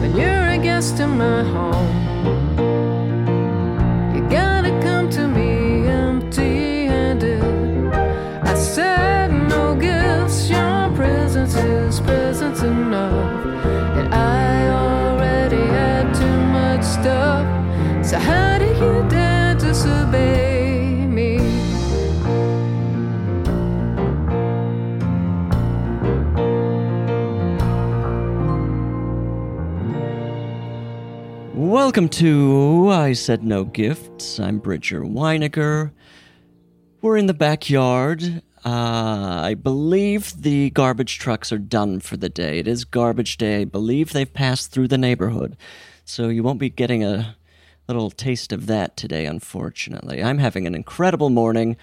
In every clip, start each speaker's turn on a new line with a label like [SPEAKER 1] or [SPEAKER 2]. [SPEAKER 1] When you're a guest in my home, you gotta come to me empty handed. I said no gifts, your presence is presence enough. And I already had too much stuff. So how do you dare disobey me?
[SPEAKER 2] Welcome to I Said No Gifts. I'm Bridger Weiniger. We're in the backyard. Uh, I believe the garbage trucks are done for the day. It is garbage day. I believe they've passed through the neighborhood. So you won't be getting a little taste of that today, unfortunately. I'm having an incredible morning.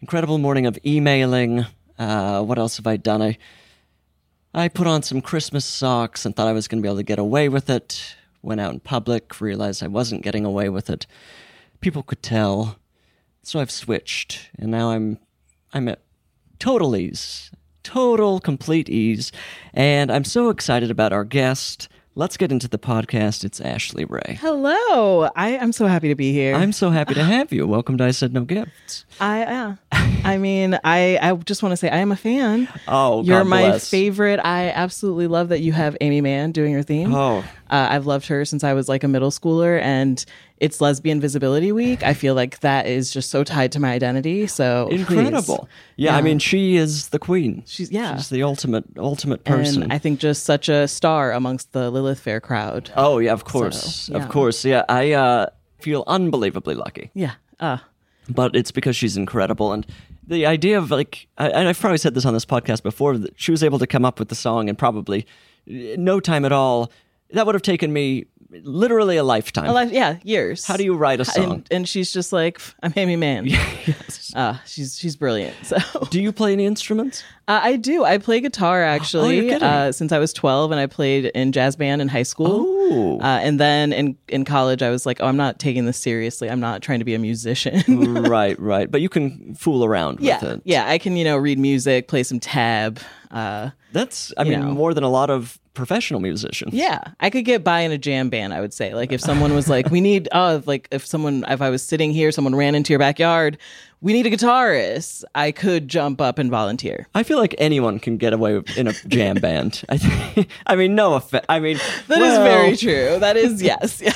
[SPEAKER 2] Incredible morning of emailing. Uh, what else have I done? I I put on some Christmas socks and thought I was going to be able to get away with it. Went out in public, realized I wasn't getting away with it. People could tell. So I've switched and now I'm I'm at total ease. Total complete ease. And I'm so excited about our guest. Let's get into the podcast. It's Ashley Ray.
[SPEAKER 3] Hello. I am so happy to be here.
[SPEAKER 2] I'm so happy to have you. Welcome to I Said No Gifts.
[SPEAKER 3] I uh, I mean, I I just want to say I am a fan.
[SPEAKER 2] Oh, God
[SPEAKER 3] You're my
[SPEAKER 2] bless.
[SPEAKER 3] favorite. I absolutely love that you have Amy Mann doing your theme.
[SPEAKER 2] Oh.
[SPEAKER 3] Uh, I've loved her since I was like a middle schooler and it's lesbian visibility week. I feel like that is just so tied to my identity. So please.
[SPEAKER 2] Incredible. Yeah, I mean, she is the queen.
[SPEAKER 3] She's- yeah.
[SPEAKER 2] She's the ultimate, ultimate person.
[SPEAKER 3] And I think just such a star amongst the Lilith Fair crowd.
[SPEAKER 2] Oh yeah, of course,
[SPEAKER 3] yeah.
[SPEAKER 2] of course. Yeah, I uh, feel unbelievably lucky,
[SPEAKER 3] Yeah. Uh,
[SPEAKER 2] but it's because she's incredible, and the idea of like, I, and I've probably said this on this podcast before, that she was able to come up with the song in probably eh, no time at all. That would have taken me literally a lifetime.
[SPEAKER 3] a life, yeah, years.
[SPEAKER 2] How do you write a song?
[SPEAKER 3] and, and she's just like, I'm Amy Mann. Uh, she's she's brilliant. So
[SPEAKER 2] do you play any instruments?
[SPEAKER 3] Uh, I do. I play guitar
[SPEAKER 2] Oh, you're
[SPEAKER 3] actually
[SPEAKER 2] kidding.
[SPEAKER 3] uh, since I was 12, and I played in jazz band in high school.
[SPEAKER 2] Ooh.
[SPEAKER 3] Uh, and then in, in college, I was like, oh, I'm not taking this seriously. I'm not trying to be a musician.
[SPEAKER 2] right, right. But you can fool around with
[SPEAKER 3] yeah.
[SPEAKER 2] it.
[SPEAKER 3] Yeah. I can, you know, read music, play some tab. Uh,
[SPEAKER 2] That's, I
[SPEAKER 3] You
[SPEAKER 2] mean,
[SPEAKER 3] know.
[SPEAKER 2] more than a lot of professional musicians.
[SPEAKER 3] yeah. I could get by in a jam band, I would say. Like, if someone was like, we need, oh, if, like if someone, if I was sitting here, someone ran into your backyard, we need a guitarist, I could jump up and volunteer.
[SPEAKER 2] I feel like anyone can get away with- in a jam band. I, think, I mean, no offense. I mean,
[SPEAKER 3] That is
[SPEAKER 2] well,
[SPEAKER 3] very true. That is, yes. Yeah.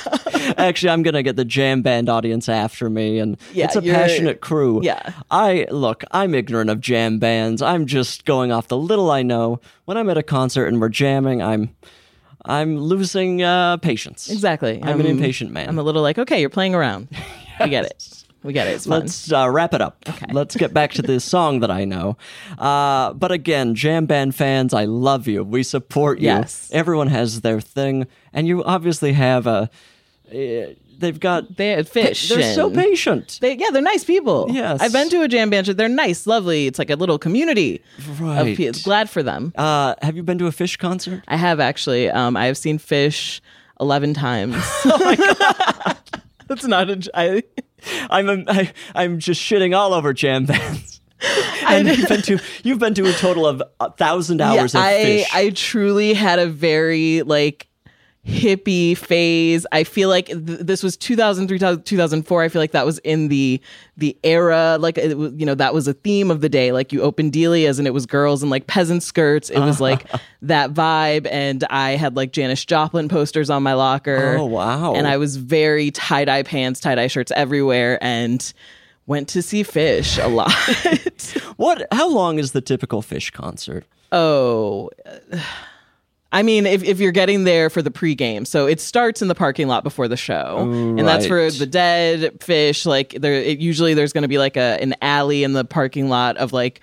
[SPEAKER 2] Actually, I'm gonna get the jam band audience after me, and
[SPEAKER 3] Yeah,
[SPEAKER 2] it's a
[SPEAKER 3] you're-
[SPEAKER 2] passionate crew.
[SPEAKER 3] yeah.
[SPEAKER 2] I look. I'm ignorant of jam bands. I'm just going off the little I know. When I'm at a concert and we're jamming, I'm, I'm losing uh, patience.
[SPEAKER 3] Exactly.
[SPEAKER 2] I'm, an impatient man.
[SPEAKER 3] Mm-hmm. I'm a little like, okay, you're playing around. We get it. We get it. It's fun.
[SPEAKER 2] Let's uh, wrap it up. Let's get back to this song that I know. Uh, but again, jam band fans, I love you. We support you.
[SPEAKER 3] Yes.
[SPEAKER 2] Everyone has their thing, and you obviously have a. eh, they've got.
[SPEAKER 3] They're fish.
[SPEAKER 2] They're so
[SPEAKER 3] and-
[SPEAKER 2] patient.
[SPEAKER 3] They, yeah, they're nice people.
[SPEAKER 2] Yes.
[SPEAKER 3] I've been to a jam band. They're nice, lovely. It's like a little community.
[SPEAKER 2] Right.
[SPEAKER 3] Of, pe- glad for them.
[SPEAKER 2] Uh, have you been to a fish concert?
[SPEAKER 3] I have actually. Um, I have seen fish eleven times.
[SPEAKER 2] Oh
[SPEAKER 3] That's not a. j- I,
[SPEAKER 2] I'm I, am i am just shitting all over jam bands. and you've been to you've been to a total of a thousand
[SPEAKER 3] Yeah,
[SPEAKER 2] hours of
[SPEAKER 3] I
[SPEAKER 2] fish.
[SPEAKER 3] I truly had a very like hippie phase. I feel like th- this was 2003, 2004. I feel like that was in the the era. Like it was, you know, that was a theme of the day. Like you opened Delia's and it was girls in like peasant skirts. It was like that vibe. And I had like Janis Joplin posters on my locker.
[SPEAKER 2] Oh, wow.
[SPEAKER 3] And I was very tie dye pants, tie dye shirts everywhere, and went to see Fish a lot.
[SPEAKER 2] What? How long is the typical fish concert?
[SPEAKER 3] Oh, I mean, if, if you're getting there for the pregame, so it starts in the parking lot before the show, and that's for
[SPEAKER 2] Right.
[SPEAKER 3] the dead fish. Like there, it, usually there's going to be like a an alley in the parking lot of like,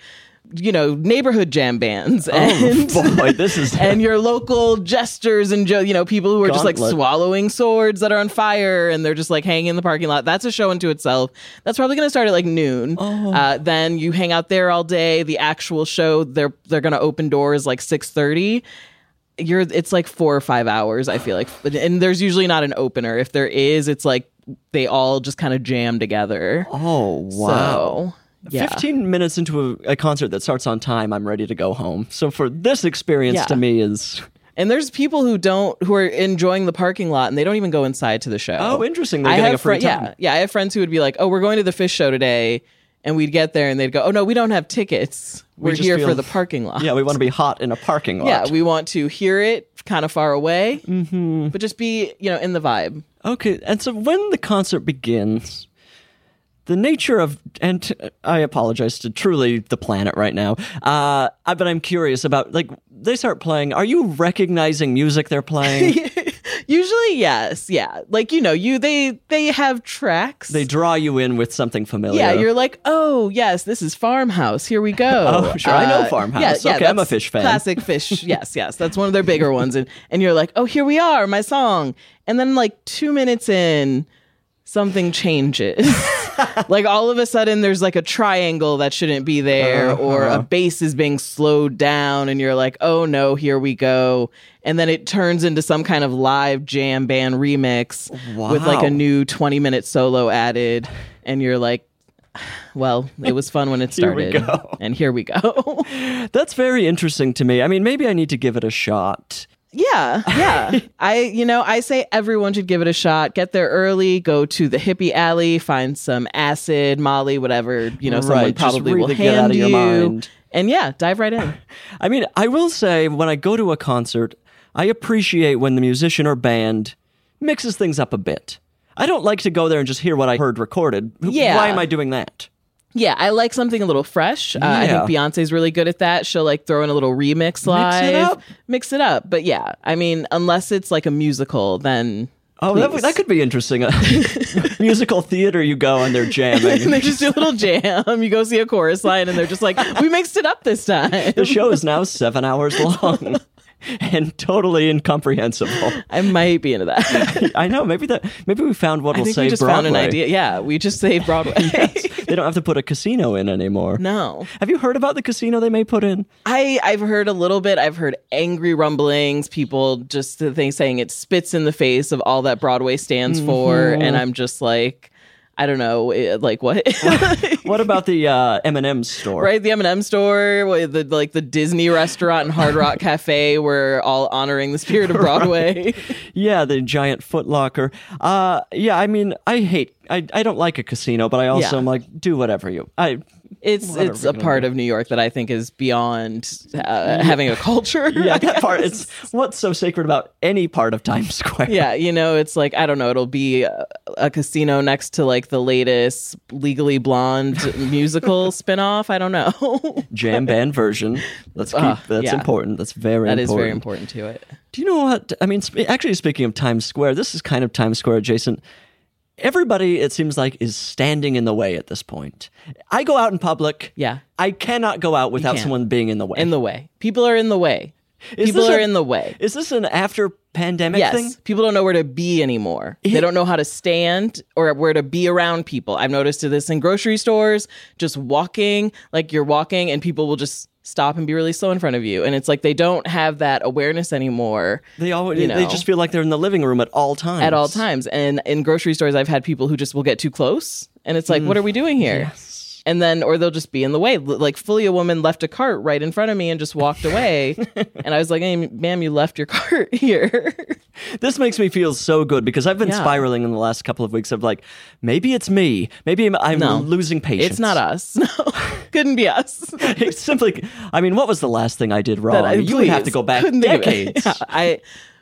[SPEAKER 3] you know, neighborhood jam bands and
[SPEAKER 2] oh boy, this is
[SPEAKER 3] and your local jesters and jo- you know people who are just like
[SPEAKER 2] Gauntlet.
[SPEAKER 3] swallowing swords that are on fire and they're just like hanging in the parking lot. That's a show into itself. That's probably going to start at like noon.
[SPEAKER 2] Oh.
[SPEAKER 3] Uh, then you hang out there all day. The actual show they're they're going to open doors like six thirty. You're it's like four or five hours. I feel like, and there's usually not an opener. If there is, it's like they all just kind of jam together.
[SPEAKER 2] oh wow.
[SPEAKER 3] So, yeah.
[SPEAKER 2] 15 minutes into a, a concert that starts on time, I'm ready to go home. So for this experience
[SPEAKER 3] Yeah.
[SPEAKER 2] to me is
[SPEAKER 3] And there's people who don't who are enjoying the parking lot and they don't even go inside to the show.
[SPEAKER 2] Oh, interesting. They're
[SPEAKER 3] I
[SPEAKER 2] getting
[SPEAKER 3] have
[SPEAKER 2] a free
[SPEAKER 3] fri-
[SPEAKER 2] time.
[SPEAKER 3] Yeah, yeah. I have friends who would be like, "Oh, we're going to the fish show today," and we'd get there and they'd go, "Oh no, we don't have tickets.
[SPEAKER 2] We
[SPEAKER 3] We're
[SPEAKER 2] just
[SPEAKER 3] here
[SPEAKER 2] feel-
[SPEAKER 3] for the parking lot."
[SPEAKER 2] yeah, we want to be hot in a parking lot.
[SPEAKER 3] yeah. We want to hear it kind of far away, mm-hmm. but just be you know in the vibe.
[SPEAKER 2] Okay, and so when the concert begins, the nature of and I apologize to truly the planet right now. Uh, I- but I'm curious about like they start playing. Are you recognizing music they're playing?
[SPEAKER 3] Usually, yes, yeah. Like you know, you they they have tracks.
[SPEAKER 2] they draw you in with something familiar.
[SPEAKER 3] yeah, you're like, oh yes, this is Farmhouse. Here we go. Uh,
[SPEAKER 2] Oh, sure, I know Farmhouse. Okay, I'm a
[SPEAKER 3] that's
[SPEAKER 2] Fish fan.
[SPEAKER 3] Classic Fish. yes, yes, that's one of their bigger ones. And and you're like, oh, here we are, my song. And then like two minutes in, something changes. like all of a sudden, there's like a triangle that shouldn't be there,
[SPEAKER 2] Uh-huh.
[SPEAKER 3] or a bass is being slowed down, and you're like, oh no, here we go. And then it turns into some kind of live jam band remix with like
[SPEAKER 2] Wow.
[SPEAKER 3] a new 20 minute solo added, and you're like. Well, it was fun when it
[SPEAKER 2] Here we
[SPEAKER 3] started.
[SPEAKER 2] go.
[SPEAKER 3] And here we go.
[SPEAKER 2] That's very interesting to me. I mean, maybe I need to give it a shot.
[SPEAKER 3] yeah, yeah. I, you know, I say everyone should give it a shot. Get there early, go to the hippie alley, find some acid, Molly, whatever, you know, someone
[SPEAKER 2] Right, just
[SPEAKER 3] probably will
[SPEAKER 2] really
[SPEAKER 3] hand
[SPEAKER 2] get out of your
[SPEAKER 3] you.
[SPEAKER 2] mind.
[SPEAKER 3] And yeah, dive right in.
[SPEAKER 2] I mean, I will say when I go to a concert, I appreciate when the musician or band mixes things up a bit. I don't like to go there and just hear what I heard recorded.
[SPEAKER 3] Yeah.
[SPEAKER 2] Why am I doing that?
[SPEAKER 3] Yeah, I like something a little fresh. Uh, I think
[SPEAKER 2] Yeah.
[SPEAKER 3] Beyonce's really good at that. She'll like throw in a little remix live,
[SPEAKER 2] up.
[SPEAKER 3] mix it up. But yeah, I mean, unless it's like a musical, then
[SPEAKER 2] Oh, that,
[SPEAKER 3] please.
[SPEAKER 2] that could be interesting. Musical theater, you go and they're
[SPEAKER 3] and
[SPEAKER 2] jamming.
[SPEAKER 3] they just do a little jam. You go see a chorus line, and they're just like, "We mixed it up this time."
[SPEAKER 2] the show is now seven hours long and totally incomprehensible.
[SPEAKER 3] I might be into that.
[SPEAKER 2] I know. Maybe that. Maybe we found what
[SPEAKER 3] I
[SPEAKER 2] will
[SPEAKER 3] think
[SPEAKER 2] say
[SPEAKER 3] we just
[SPEAKER 2] Broadway.
[SPEAKER 3] found an idea. Yeah, we just saved Broadway.
[SPEAKER 2] They don't have to put a casino in anymore.
[SPEAKER 3] no,
[SPEAKER 2] Have you heard about the casino they may put in?
[SPEAKER 3] I I've heard a little bit. I've heard angry rumblings. People just the thing saying it spits in the face of all that Broadway stands for,
[SPEAKER 2] Mm-hmm.
[SPEAKER 3] and I'm just like, I don't know, it- like what.
[SPEAKER 2] What about the uh, M&M store?
[SPEAKER 3] Right, the M and m store, where the like the Disney restaurant and Hard Rock Cafe, were all honoring the spirit of Broadway.
[SPEAKER 2] Yeah, the giant footlocker. Uh yeah, I mean, I hate I, I don't like a casino, but I also
[SPEAKER 3] Yeah.
[SPEAKER 2] am like do whatever you. I
[SPEAKER 3] It's
[SPEAKER 2] Whatever
[SPEAKER 3] it's
[SPEAKER 2] we're
[SPEAKER 3] a
[SPEAKER 2] gonna
[SPEAKER 3] part of New York that I think is beyond uh, having a culture.
[SPEAKER 2] yeah, that part it's what's so sacred about any part of Times Square.
[SPEAKER 3] yeah, you know, it's like I don't know, it'll be a, a casino next to like the latest Legally Blonde musical spinoff. I don't know.
[SPEAKER 2] Jam band version. Let's keep
[SPEAKER 3] Ah,
[SPEAKER 2] that's
[SPEAKER 3] yeah.
[SPEAKER 2] important. That's very
[SPEAKER 3] that
[SPEAKER 2] important.
[SPEAKER 3] is very important to it.
[SPEAKER 2] Do you know what? I mean, sp- actually speaking of Times Square, this is kind of Times Square adjacent. Everybody it seems like is standing in the way at this point. I go out in public.
[SPEAKER 3] Yeah.
[SPEAKER 2] I cannot go out without
[SPEAKER 3] can't.
[SPEAKER 2] someone being in the way.
[SPEAKER 3] In the way, people are in the way.
[SPEAKER 2] Is
[SPEAKER 3] people
[SPEAKER 2] this
[SPEAKER 3] are
[SPEAKER 2] a-
[SPEAKER 3] in the way.
[SPEAKER 2] Is this an after pandemic
[SPEAKER 3] Yes,
[SPEAKER 2] thing?
[SPEAKER 3] people don't know where to be anymore. They don't know how to stand or where to be around people. I've noticed this in grocery stores, just walking, like you're walking and people will just stop and be really slow in front of you. And it's like they don't have that awareness anymore.
[SPEAKER 2] They always
[SPEAKER 3] you
[SPEAKER 2] they
[SPEAKER 3] know.
[SPEAKER 2] just feel like they're in the living room at all times.
[SPEAKER 3] at
[SPEAKER 2] Mm.
[SPEAKER 3] all times. And in grocery stores, I've had people who just will get too close, and it's like, what are we doing here? and then or they'll just be in the way. L- Like fully, a woman left a cart right in front of me and just walked away, and I was like, "Hey, ma'am, you left your cart here."
[SPEAKER 2] This makes me feel so good because I've been
[SPEAKER 3] Yeah.
[SPEAKER 2] spiraling in the last couple of weeks of like, maybe it's me. Maybe I'm, I'm
[SPEAKER 3] No.
[SPEAKER 2] losing patience.
[SPEAKER 3] it's not us. No, couldn't be us.
[SPEAKER 2] it's simply, I mean, what was the last thing Oh, I did wrong?
[SPEAKER 3] that I-
[SPEAKER 2] you would have
[SPEAKER 3] please,
[SPEAKER 2] to go back
[SPEAKER 3] couldn't think of it.
[SPEAKER 2] decades.
[SPEAKER 3] Yeah, I,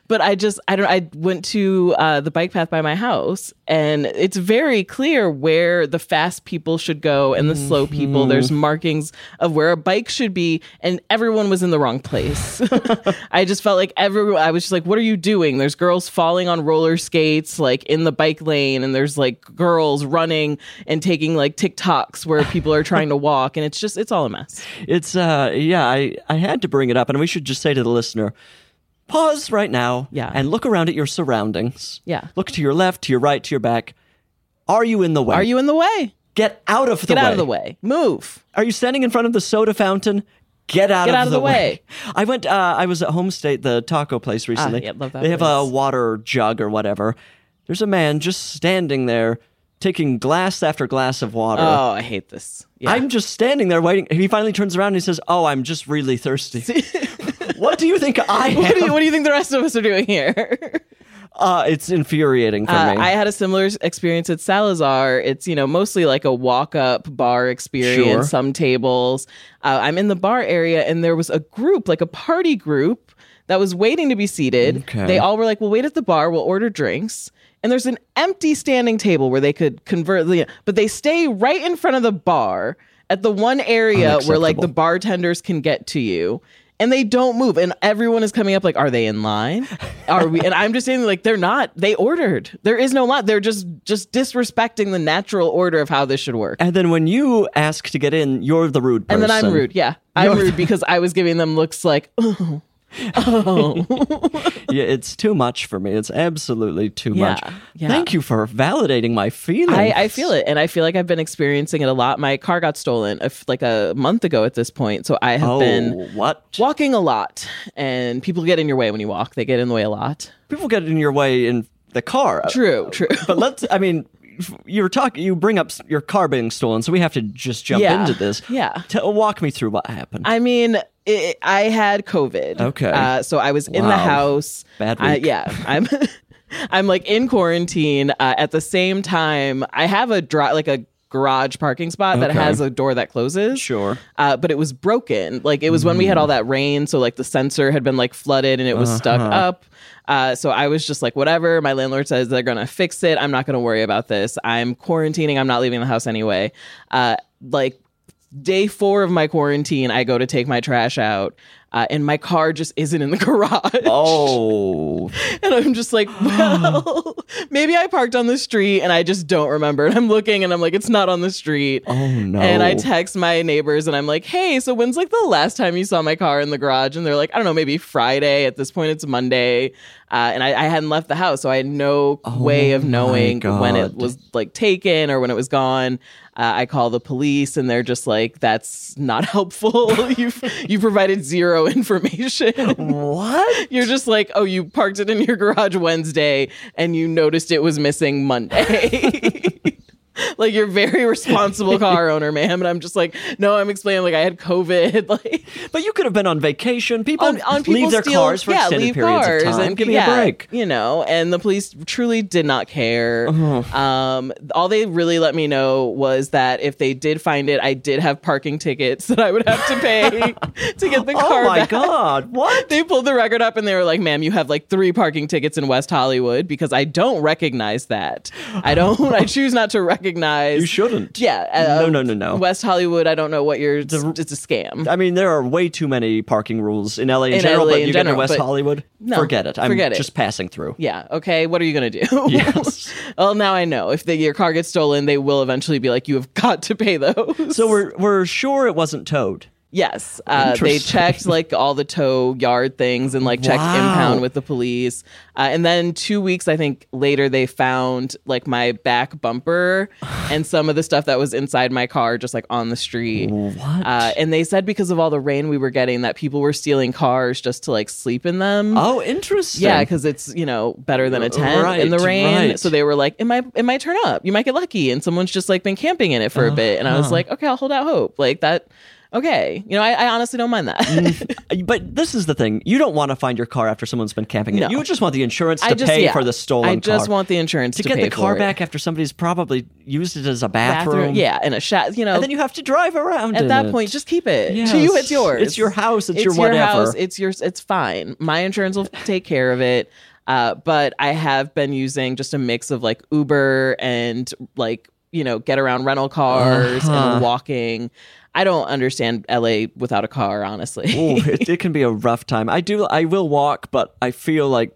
[SPEAKER 3] but I just I don't. I went to uh, the bike path by my house, and it's very clear where the fast people should go and the slow people. There's
[SPEAKER 2] Mm-hmm.
[SPEAKER 3] markings of where a bike should be, and everyone was in the wrong place. I just felt like everyone. I was just like, "What are you doing?" There's girls falling on roller skates, like in the bike lane, and there's like girls running and taking like TikToks where people are trying to walk, and it's just it's all a mess.
[SPEAKER 2] It's, uh, yeah, I, I had to bring it up. And we should just say to the listener, pause right now
[SPEAKER 3] Yeah.
[SPEAKER 2] and look around at your surroundings.
[SPEAKER 3] Yeah.
[SPEAKER 2] Look to your left, to your right, to your back. Are you in the way?
[SPEAKER 3] Are you in the way?
[SPEAKER 2] Get out of the
[SPEAKER 3] Get
[SPEAKER 2] way.
[SPEAKER 3] out of the way. Move.
[SPEAKER 2] Are you standing in front of the soda fountain? Get out,
[SPEAKER 3] Get
[SPEAKER 2] of,
[SPEAKER 3] out of
[SPEAKER 2] the
[SPEAKER 3] the way. Ah,
[SPEAKER 2] I went. Uh, I was at Home State, the taco place recently.
[SPEAKER 3] yeah, love that
[SPEAKER 2] they have a
[SPEAKER 3] place.
[SPEAKER 2] water jug or whatever. There's a man just standing there taking glass after glass of water.
[SPEAKER 3] Oh, I hate this. Yeah.
[SPEAKER 2] I'm just standing there waiting. He finally turns around and he says, "Oh, I'm just really thirsty." what do you think I am?
[SPEAKER 3] what, do you, what do you think the rest of us are doing here?
[SPEAKER 2] uh, it's infuriating for
[SPEAKER 3] Uh,
[SPEAKER 2] me.
[SPEAKER 3] I had a similar s- experience at Salazar. It's, you know, mostly like a walk up bar experience,
[SPEAKER 2] Sure.
[SPEAKER 3] some tables. Uh, I'm in the bar area and there was a group, like a party group, that was waiting to be seated.
[SPEAKER 2] Okay.
[SPEAKER 3] They all were like, well, wait at the bar, we'll order drinks. And there's an empty standing table where they could convert, the- but they stay right in front of the bar at the one area where like the
[SPEAKER 2] Unacceptable.
[SPEAKER 3] bartenders can get to you and they don't move and everyone is coming up like are they in line are we and i'm just saying like they're not they ordered there is no line they're just just disrespecting the natural order of how this should work
[SPEAKER 2] and then when you ask to get in, you're the rude person.
[SPEAKER 3] and then i'm rude yeah i'm rude because i was giving them looks like oh,
[SPEAKER 2] yeah, it's too much for me. It's absolutely too
[SPEAKER 3] Yeah,
[SPEAKER 2] much.
[SPEAKER 3] yeah.
[SPEAKER 2] Thank you for validating my feelings.
[SPEAKER 3] I, I feel it and i feel like i've been experiencing it a lot my car got stolen a f like a month ago at this point so i have
[SPEAKER 2] Oh,
[SPEAKER 3] been
[SPEAKER 2] what?
[SPEAKER 3] walking a lot and people get in your way when you walk they get in the way a lot
[SPEAKER 2] People get in your way in the car.
[SPEAKER 3] true true
[SPEAKER 2] But let's, I mean, f- you're talking, you bring up s- your car being stolen, so we have to just jump
[SPEAKER 3] Yeah,
[SPEAKER 2] into this.
[SPEAKER 3] yeah.
[SPEAKER 2] T- walk me through what happened.
[SPEAKER 3] I mean, it, I had COVID.
[SPEAKER 2] Okay.
[SPEAKER 3] Uh, so I was in the
[SPEAKER 2] Wow.
[SPEAKER 3] house.
[SPEAKER 2] Bad
[SPEAKER 3] I-
[SPEAKER 2] week.
[SPEAKER 3] yeah. I'm. I'm like in quarantine. Uh, at the same time, I have a dry, like a garage parking spot that
[SPEAKER 2] Okay.
[SPEAKER 3] has a door that closes.
[SPEAKER 2] Sure.
[SPEAKER 3] Uh, but it was broken. Like it was when we had all that rain, so like the sensor had been like flooded and it was stuck up. Uh, so I was just like, whatever. My landlord says they're gonna fix it. I'm not gonna worry about this. I'm quarantining. I'm not leaving the house anyway. Uh, like day four of my quarantine, I go to take my trash out, uh, and my car just isn't in the garage.
[SPEAKER 2] oh,
[SPEAKER 3] And I'm just like, well, maybe I parked on the street and I just don't remember. And I'm looking and I'm like, it's not on the street.
[SPEAKER 2] oh no.
[SPEAKER 3] And I text my neighbors and I'm like, hey, so when's like the last time you saw my car in the garage? And they're like, I don't know, maybe Friday. At this point, it's Monday. Uh, and I, I hadn't left the house. So I had no way of
[SPEAKER 2] Oh my
[SPEAKER 3] knowing when it
[SPEAKER 2] God.
[SPEAKER 3] was like taken or when it was gone. Uh, I call the police and they're just like, that's not helpful. you've, you provided zero information.
[SPEAKER 2] what?
[SPEAKER 3] You're just like, oh, you parked it in your garage Wednesday and you noticed it was missing Monday. like you're a very responsible car owner, ma'am. And I'm just like, no, I'm explaining like I had COVID. Like
[SPEAKER 2] But you could have been on vacation. People
[SPEAKER 3] on, on people
[SPEAKER 2] leave their
[SPEAKER 3] steal-
[SPEAKER 2] cars for
[SPEAKER 3] yeah,
[SPEAKER 2] extended
[SPEAKER 3] leave
[SPEAKER 2] periods
[SPEAKER 3] cars
[SPEAKER 2] of time.
[SPEAKER 3] And,
[SPEAKER 2] Give me
[SPEAKER 3] yeah,
[SPEAKER 2] a break.
[SPEAKER 3] You know, and the police truly did not care. Um, all they really let me know was that if they did find it, I did have parking tickets that I would have to pay to get the car
[SPEAKER 2] Oh my
[SPEAKER 3] back
[SPEAKER 2] God! What?
[SPEAKER 3] they pulled the record up and they were like, ma'am, you have like three parking tickets in West Hollywood because I don't recognize that. I don't, I choose not to recognize.
[SPEAKER 2] You shouldn't.
[SPEAKER 3] Yeah. uh,
[SPEAKER 2] No, no, no, no.
[SPEAKER 3] West Hollywood, I don't know what you're, it's a scam.
[SPEAKER 2] I mean, there are way too many parking rules in LA in,
[SPEAKER 3] In
[SPEAKER 2] general,
[SPEAKER 3] LA
[SPEAKER 2] but
[SPEAKER 3] in
[SPEAKER 2] you get to
[SPEAKER 3] general,
[SPEAKER 2] West
[SPEAKER 3] but-
[SPEAKER 2] Hollywood,
[SPEAKER 3] No,
[SPEAKER 2] forget it. I'm
[SPEAKER 3] forget it.
[SPEAKER 2] just passing through.
[SPEAKER 3] yeah. Okay. What are you going to do?
[SPEAKER 2] Yes.
[SPEAKER 3] well, now I know. If the, your car gets stolen, they will eventually be like, you have got to pay those.
[SPEAKER 2] So we're we're sure it wasn't towed.
[SPEAKER 3] Yes, uh, they
[SPEAKER 2] Interesting.
[SPEAKER 3] checked like all the tow yard things and like checked
[SPEAKER 2] Wow.
[SPEAKER 3] impound with the police. Uh, and then two weeks, I think later, they found like my back bumper and some of the stuff that was inside my car, just like on the street.
[SPEAKER 2] What?
[SPEAKER 3] Uh, and they said because of all the rain we were getting, that people were stealing cars just to like sleep in them.
[SPEAKER 2] oh, interesting.
[SPEAKER 3] Yeah, because it's you know better than a tent in the
[SPEAKER 2] Right,
[SPEAKER 3] rain.
[SPEAKER 2] right.
[SPEAKER 3] So they were like, "It might, it might turn up. You might get lucky." And someone's just like been camping in it for a bit, and
[SPEAKER 2] Uh-huh.
[SPEAKER 3] I was like, "Okay, I'll hold out hope." Like that. Okay, you know, I, I honestly don't mind
[SPEAKER 2] Mm,
[SPEAKER 3] that.
[SPEAKER 2] Uh, but this is the thing. You don't want to find your car after someone's been camping
[SPEAKER 3] No.
[SPEAKER 2] it. You just want the insurance to
[SPEAKER 3] I just
[SPEAKER 2] pay
[SPEAKER 3] yeah.
[SPEAKER 2] for the stolen
[SPEAKER 3] I just
[SPEAKER 2] car.
[SPEAKER 3] want the insurance
[SPEAKER 2] to
[SPEAKER 3] to,
[SPEAKER 2] get
[SPEAKER 3] pay
[SPEAKER 2] the car
[SPEAKER 3] for it.
[SPEAKER 2] back after somebody's probably used it as a bathroom.
[SPEAKER 3] Bathroom, yeah, and a shot. You know,
[SPEAKER 2] And then you have to drive around.
[SPEAKER 3] at
[SPEAKER 2] in
[SPEAKER 3] that
[SPEAKER 2] it.
[SPEAKER 3] point, just keep it.
[SPEAKER 2] Yes.
[SPEAKER 3] To you, it's yours.
[SPEAKER 2] It's your house. It's your whatever.
[SPEAKER 3] house. It's yours. It's fine. My insurance will take care of it. Uh, but I have been using just a mix of like Uber and like you know get around rental cars
[SPEAKER 2] Uh-huh.
[SPEAKER 3] and walking. I don't understand LA without a car, honestly.
[SPEAKER 2] Ooh, it, it can be a rough time. I do. I will walk, but I feel like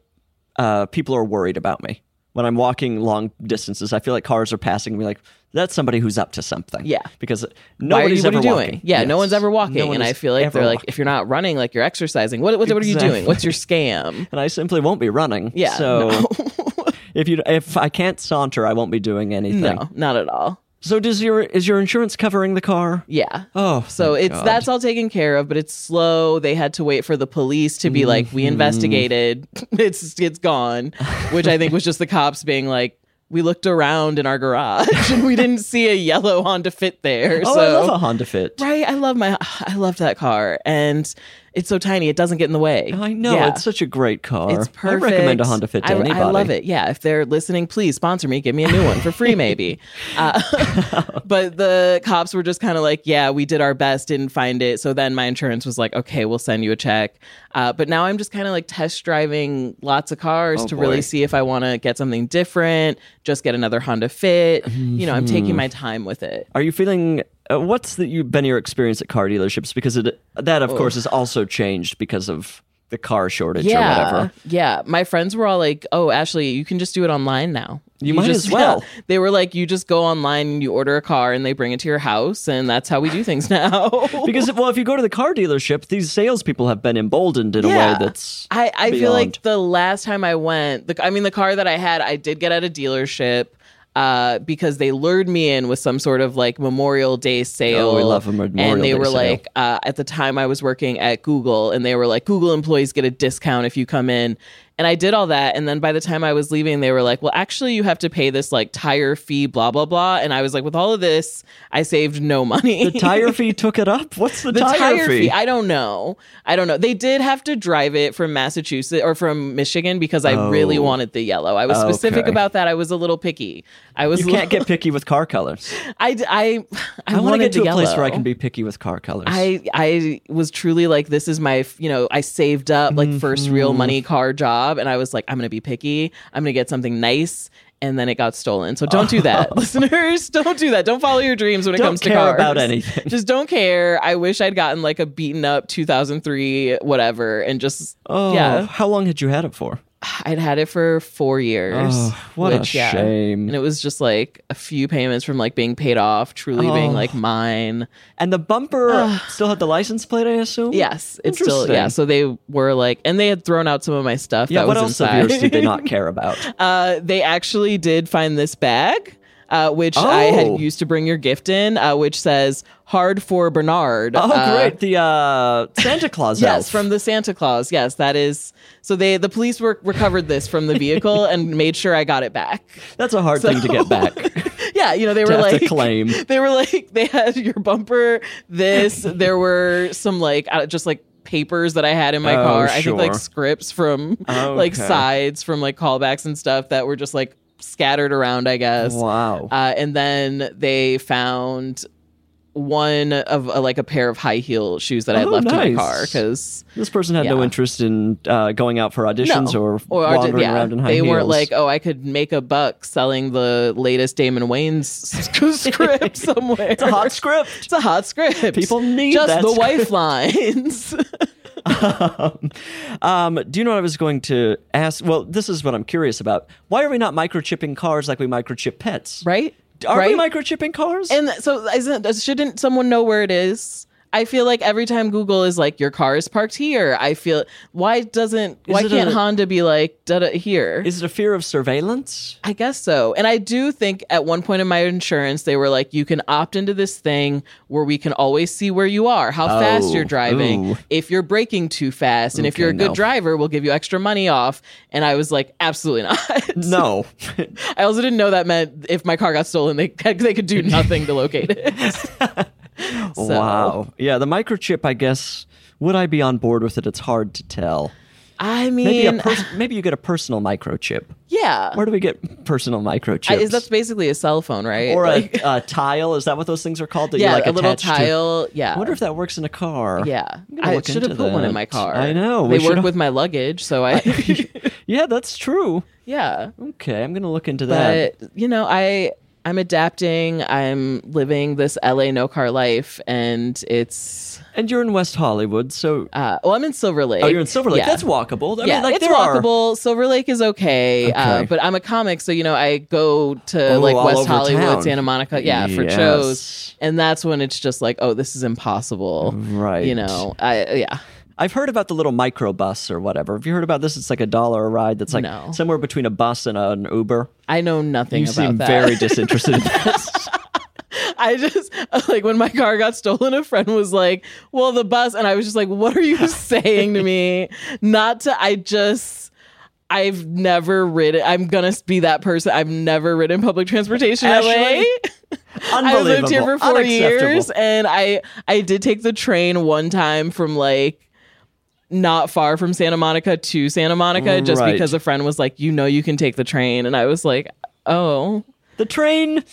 [SPEAKER 2] uh, people are worried about me when I'm walking long distances. I feel like cars are passing me. Like that's somebody who's up to something.
[SPEAKER 3] Yeah.
[SPEAKER 2] because
[SPEAKER 3] Why are you,
[SPEAKER 2] nobody's
[SPEAKER 3] what are
[SPEAKER 2] ever
[SPEAKER 3] you doing?
[SPEAKER 2] walking.
[SPEAKER 3] Yeah, no
[SPEAKER 2] Yes.
[SPEAKER 3] one's ever walking,
[SPEAKER 2] No one
[SPEAKER 3] and
[SPEAKER 2] is
[SPEAKER 3] I feel like
[SPEAKER 2] ever
[SPEAKER 3] they're like,
[SPEAKER 2] walking.
[SPEAKER 3] if you're not running, like you're exercising. What what, what are you doing? What's your scam?
[SPEAKER 2] and I simply won't be running.
[SPEAKER 3] Yeah,
[SPEAKER 2] So if you if I can't saunter, I won't be doing anything.
[SPEAKER 3] No, not at all.
[SPEAKER 2] So does your is your insurance covering the car?
[SPEAKER 3] Yeah.
[SPEAKER 2] Oh,
[SPEAKER 3] So
[SPEAKER 2] thank
[SPEAKER 3] it's
[SPEAKER 2] God.
[SPEAKER 3] that's all taken care of, but it's slow. They had to wait for the police to be like,
[SPEAKER 2] Mm-hmm.
[SPEAKER 3] "We investigated. It's it's gone," which I think was just the cops being like, "We looked around in our garage and we didn't see a yellow Honda Fit there."
[SPEAKER 2] Oh,
[SPEAKER 3] so
[SPEAKER 2] I love a Honda Fit.
[SPEAKER 3] right, I love my I love that car, and it's so tiny, it doesn't get in the way.
[SPEAKER 2] I know
[SPEAKER 3] Yeah.
[SPEAKER 2] it's such a great car.
[SPEAKER 3] It's perfect.
[SPEAKER 2] I recommend a Honda Fit to
[SPEAKER 3] I, I
[SPEAKER 2] anybody.
[SPEAKER 3] love it. Yeah. If they're listening, please sponsor me. Give me a new one for free, maybe. Uh, but the cops were just kind of like, yeah, we did our best, didn't find it. So then my insurance was like, okay, we'll send you a check. Uh, but now I'm just kind of like test driving lots of cars
[SPEAKER 2] Oh,
[SPEAKER 3] to
[SPEAKER 2] boy.
[SPEAKER 3] really see if I want to get something different, just get another Honda Fit.
[SPEAKER 2] Mm-hmm.
[SPEAKER 3] You know, I'm taking my time with it.
[SPEAKER 2] Are you feeling? Uh, what's the, you been your experience at car dealerships? Because it, that, of course, is also changed because of the car shortage or whatever.
[SPEAKER 3] Yeah. My friends were all like, oh, Ashley, you can just do it online now. You,
[SPEAKER 2] might
[SPEAKER 3] just,
[SPEAKER 2] as well.
[SPEAKER 3] yeah. They were like, you just go online and you order a car and they bring it to your house. And that's how we do things now.
[SPEAKER 2] Because well, if you go to the car dealership, these salespeople have been emboldened in a
[SPEAKER 3] Yeah.
[SPEAKER 2] way that's
[SPEAKER 3] I, I feel
[SPEAKER 2] Beyond.
[SPEAKER 3] like the last time I went, the, I mean, the car that I had, I did get at a dealership uh, because they lured me in with some sort of like Memorial Day sale.
[SPEAKER 2] Oh, we love a Memorial
[SPEAKER 3] And they
[SPEAKER 2] Day
[SPEAKER 3] were
[SPEAKER 2] sale.
[SPEAKER 3] like, uh, at the time I was working at Google, and they were like, Google employees get a discount if you come in. And I did all that. And then by the time I was leaving, they were like, well, actually, you have to pay this like tire fee, blah, blah, blah. And I was like, with all of this, I saved no money.
[SPEAKER 2] the tire fee took it up. What's the,
[SPEAKER 3] The tire, fee. I don't know. I don't know. They did have to drive it from Massachusetts or from Michigan because I really
[SPEAKER 2] Oh.
[SPEAKER 3] wanted the yellow. I was specific
[SPEAKER 2] Okay.
[SPEAKER 3] about that. I was a little picky. I was.
[SPEAKER 2] you can't get picky with car colors.
[SPEAKER 3] I. I. I,
[SPEAKER 2] I want to
[SPEAKER 3] wanted
[SPEAKER 2] get to
[SPEAKER 3] the
[SPEAKER 2] a place where I
[SPEAKER 3] yellow.
[SPEAKER 2] can be picky with car colors.
[SPEAKER 3] I I was truly like this is my you know I saved up like first real
[SPEAKER 2] Mm-hmm.
[SPEAKER 3] money car job and I was like I'm gonna be picky I'm gonna get something nice and then it got stolen so don't do that listeners don't do that don't follow your dreams when it
[SPEAKER 2] Don't
[SPEAKER 3] comes to
[SPEAKER 2] care
[SPEAKER 3] cars
[SPEAKER 2] about anything.
[SPEAKER 3] just don't care I wish I'd gotten like a beaten up 2003 whatever and just
[SPEAKER 2] oh,
[SPEAKER 3] yeah
[SPEAKER 2] how long had you had it for?
[SPEAKER 3] I'd had it for four years
[SPEAKER 2] Oh, what a shame.
[SPEAKER 3] and it was just like a few payments from like being paid off truly being
[SPEAKER 2] Oh.
[SPEAKER 3] like mine.
[SPEAKER 2] And the bumper still had the license plate, I assume.
[SPEAKER 3] Yes, it's still
[SPEAKER 2] Oh, Interesting.
[SPEAKER 3] yeah. So they were like, and they had thrown out some of my stuff.
[SPEAKER 2] Yeah,
[SPEAKER 3] that
[SPEAKER 2] what
[SPEAKER 3] was
[SPEAKER 2] else
[SPEAKER 3] inside.
[SPEAKER 2] of yours did they not care about?
[SPEAKER 3] uh, they actually did find this bag. Uh, which I
[SPEAKER 2] Oh.
[SPEAKER 3] had used to bring your gift in, uh, which says "Hard for Bernard."
[SPEAKER 2] Oh,
[SPEAKER 3] Uh,
[SPEAKER 2] great! The uh, Santa Claus.
[SPEAKER 3] Yes,
[SPEAKER 2] elf.
[SPEAKER 3] from the Santa Claus. Yes, that is. So they the police were, recovered this from the vehicle and made sure I got it back.
[SPEAKER 2] that's a hard thing to get back. to
[SPEAKER 3] Yeah, you know they were
[SPEAKER 2] have
[SPEAKER 3] like
[SPEAKER 2] to claim.
[SPEAKER 3] they were like they had your bumper this there were some like uh, just like papers that i had in my
[SPEAKER 2] Oh,
[SPEAKER 3] car i think like
[SPEAKER 2] sure.
[SPEAKER 3] scripts from
[SPEAKER 2] Okay.
[SPEAKER 3] like sides from like callbacks and stuff that were just like scattered around i guess
[SPEAKER 2] Wow.
[SPEAKER 3] uh, and then they found one of uh, like a pair of high heel shoes that i had
[SPEAKER 2] Oh,
[SPEAKER 3] left in
[SPEAKER 2] nice.
[SPEAKER 3] my car because
[SPEAKER 2] this person had no
[SPEAKER 3] yeah.
[SPEAKER 2] interest in uh, going out for auditions or,
[SPEAKER 3] I did-
[SPEAKER 2] wandering around in high
[SPEAKER 3] they
[SPEAKER 2] heels.
[SPEAKER 3] weren't like, oh, I could make a buck selling the latest Damon Wayne's script somewhere.
[SPEAKER 2] it's a hot script.
[SPEAKER 3] It's a hot script.
[SPEAKER 2] People need
[SPEAKER 3] just
[SPEAKER 2] that
[SPEAKER 3] the
[SPEAKER 2] script.
[SPEAKER 3] wife lines.
[SPEAKER 2] Um, do you know what I was going to ask? Well, this is what I'm curious about. Why are we not microchipping cars like we microchip pets?
[SPEAKER 3] right?
[SPEAKER 2] Are
[SPEAKER 3] right?
[SPEAKER 2] we microchipping cars?
[SPEAKER 3] and so isn't shouldn't someone know where it is? I feel like every time Google is like, your car is parked here, I feel why doesn't why
[SPEAKER 2] it
[SPEAKER 3] can't
[SPEAKER 2] a-
[SPEAKER 3] Honda be like da da here?
[SPEAKER 2] Is it a fear of surveillance?
[SPEAKER 3] I guess so. And I do think at one point in my insurance, they were like, you can opt into this thing where we can always see where you are, how fast you're driving,
[SPEAKER 2] Oh, ooh.
[SPEAKER 3] if you're braking too fast, and if
[SPEAKER 2] Okay,
[SPEAKER 3] you're a good
[SPEAKER 2] no.
[SPEAKER 3] driver, we'll give you extra money off. And I was like, absolutely not.
[SPEAKER 2] No.
[SPEAKER 3] I also didn't know that meant if my car got stolen, they they could do nothing to locate it. So-
[SPEAKER 2] Wow. Yeah, the microchip, I guess, would I be on board with it? It's hard to tell.
[SPEAKER 3] I
[SPEAKER 2] Maybe,
[SPEAKER 3] mean,
[SPEAKER 2] a pers- maybe you get a personal microchip.
[SPEAKER 3] yeah,
[SPEAKER 2] Where do we get personal microchips?
[SPEAKER 3] I, is that's basically a cell phone, right?
[SPEAKER 2] or a,
[SPEAKER 3] Like-
[SPEAKER 2] a tile? Is that what those things are called? That you
[SPEAKER 3] yeah,
[SPEAKER 2] like
[SPEAKER 3] a little
[SPEAKER 2] attach to-
[SPEAKER 3] tile. yeah,
[SPEAKER 2] I wonder if that works in a car.
[SPEAKER 3] yeah.
[SPEAKER 2] I'm gonna
[SPEAKER 3] I
[SPEAKER 2] look
[SPEAKER 3] should have
[SPEAKER 2] into
[SPEAKER 3] put one
[SPEAKER 2] that.
[SPEAKER 3] in my car.
[SPEAKER 2] I know. we
[SPEAKER 3] they work
[SPEAKER 2] should've-
[SPEAKER 3] with my luggage, so I.
[SPEAKER 2] Yeah, that's true.
[SPEAKER 3] yeah,
[SPEAKER 2] Okay, I'm gonna look into that.
[SPEAKER 3] but you know, I I'm adapting. I'm living this LA no car life, and it's.
[SPEAKER 2] And you're in West Hollywood, so
[SPEAKER 3] Uh, well, I'm in Silver Lake.
[SPEAKER 2] oh, you're in Silver Lake.
[SPEAKER 3] Yeah.
[SPEAKER 2] That's walkable. I
[SPEAKER 3] yeah,
[SPEAKER 2] mean, like
[SPEAKER 3] it's
[SPEAKER 2] there are-
[SPEAKER 3] walkable. Silver Lake is okay, Uh,
[SPEAKER 2] Okay.
[SPEAKER 3] but I'm a comic, so you know I go to
[SPEAKER 2] Oh,
[SPEAKER 3] like
[SPEAKER 2] all
[SPEAKER 3] West
[SPEAKER 2] over
[SPEAKER 3] Hollywood,
[SPEAKER 2] town.
[SPEAKER 3] Santa Monica, yeah, for
[SPEAKER 2] Yes.
[SPEAKER 3] shows, and that's when it's just like, oh, this is impossible,
[SPEAKER 2] Right.
[SPEAKER 3] You know, I yeah,
[SPEAKER 2] I've heard about the little microbus or whatever. Have you heard about this? It's like a dollar a ride. That's like
[SPEAKER 3] No.
[SPEAKER 2] somewhere between a bus and an Uber.
[SPEAKER 3] I know nothing
[SPEAKER 2] You
[SPEAKER 3] about
[SPEAKER 2] seem
[SPEAKER 3] that.
[SPEAKER 2] very disinterested. in this.
[SPEAKER 3] I just like when my car got stolen, a friend was like, "Well, the bus," and I was just like, "What are you saying to me? Not to." I just. I've never ridden. I'm gonna be that person. I've never ridden public transportation. in LA.
[SPEAKER 2] Ashley,
[SPEAKER 3] I
[SPEAKER 2] Unbelievable.
[SPEAKER 3] lived here for four
[SPEAKER 2] Unacceptable.
[SPEAKER 3] years, and I I did take the train one time from like not far from Santa Monica to Santa Monica, just
[SPEAKER 2] Right.
[SPEAKER 3] because a friend was like, you know, you can take the train, and I was like, oh,
[SPEAKER 2] The train,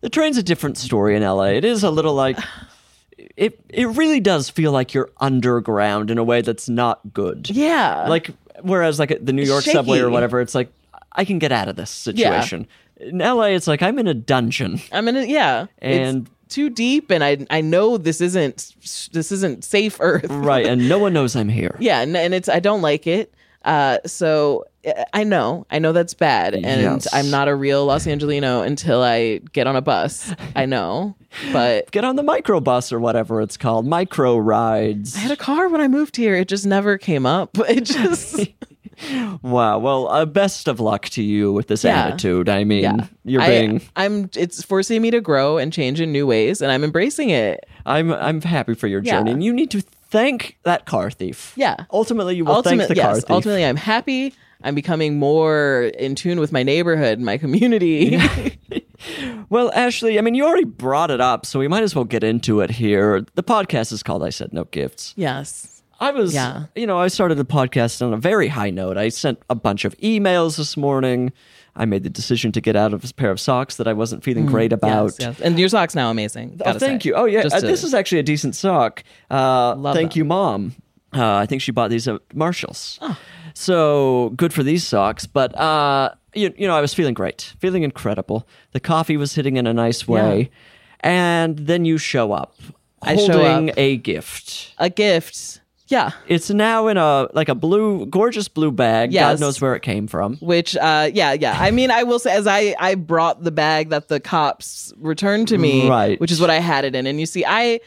[SPEAKER 2] the train's a different story in LA. It is a little like it. It really does feel like you're underground in a way that's not good.
[SPEAKER 3] yeah,
[SPEAKER 2] Like whereas like the New York
[SPEAKER 3] shaky.
[SPEAKER 2] subway or whatever, it's like I can get out of this
[SPEAKER 3] Yeah.
[SPEAKER 2] situation. In LA, it's like I'm in a dungeon.
[SPEAKER 3] I'm in, a, yeah,
[SPEAKER 2] And-
[SPEAKER 3] it's too deep, and I I know this isn't this isn't safe Earth,
[SPEAKER 2] Right, and no one knows I'm here.
[SPEAKER 3] yeah and, and it's i don't like it uh so uh, i know i know that's bad and
[SPEAKER 2] Yes.
[SPEAKER 3] i'm not a real los angelino until i get on a bus i know but
[SPEAKER 2] Get on the microbus or whatever it's called, micro rides.
[SPEAKER 3] i had a car when i moved here it just never came up it just
[SPEAKER 2] Wow. Well, uh, best of luck to you with this
[SPEAKER 3] Yeah.
[SPEAKER 2] attitude. I mean,
[SPEAKER 3] yeah
[SPEAKER 2] Mm, you're
[SPEAKER 3] I-
[SPEAKER 2] being.
[SPEAKER 3] i'm it's forcing me to grow and change in new ways and i'm embracing it
[SPEAKER 2] I'm I'm happy for your
[SPEAKER 3] Yeah.
[SPEAKER 2] journey, and you need to thank that car thief.
[SPEAKER 3] Yeah.
[SPEAKER 2] Ultimately, you will thank the
[SPEAKER 3] Ultimate-
[SPEAKER 2] car
[SPEAKER 3] yes,
[SPEAKER 2] thief.
[SPEAKER 3] ultimately i'm happy i'm becoming more in tune with my neighborhood my community
[SPEAKER 2] Well, Ashley, I mean, you already brought it up, so we might as well get into it here. The podcast is called "I Said No Gifts."
[SPEAKER 3] yes
[SPEAKER 2] I was,
[SPEAKER 3] Yeah.
[SPEAKER 2] you know, I started the podcast on a very high note. I sent a bunch of emails this morning. I made the decision to get out of a pair of socks that I wasn't feeling great about.
[SPEAKER 3] Mm, yes, yes. and your socks now amazing
[SPEAKER 2] Oh,
[SPEAKER 3] gotta
[SPEAKER 2] thank
[SPEAKER 3] say.
[SPEAKER 2] you. Oh, yeah.
[SPEAKER 3] Just
[SPEAKER 2] Uh,
[SPEAKER 3] to-
[SPEAKER 2] this is actually a decent sock. Uh,
[SPEAKER 3] Love
[SPEAKER 2] thank
[SPEAKER 3] them.
[SPEAKER 2] you, Mom. Uh, I think she bought these at Marshall's.
[SPEAKER 3] Ah.
[SPEAKER 2] So good for these socks. But, uh, you, you know, I was feeling great, feeling incredible. The coffee was hitting in a nice way. And then you show up
[SPEAKER 3] I show
[SPEAKER 2] holding
[SPEAKER 3] up.
[SPEAKER 2] a gift.
[SPEAKER 3] a gift. Yeah.
[SPEAKER 2] It's now in a like a blue, gorgeous blue bag.
[SPEAKER 3] Yes.
[SPEAKER 2] God knows where it came from.
[SPEAKER 3] Which, uh, yeah, yeah. I mean, I will say, as I, I brought the bag that the cops returned to me,
[SPEAKER 2] Right.
[SPEAKER 3] which is what I had it in. And you see, I,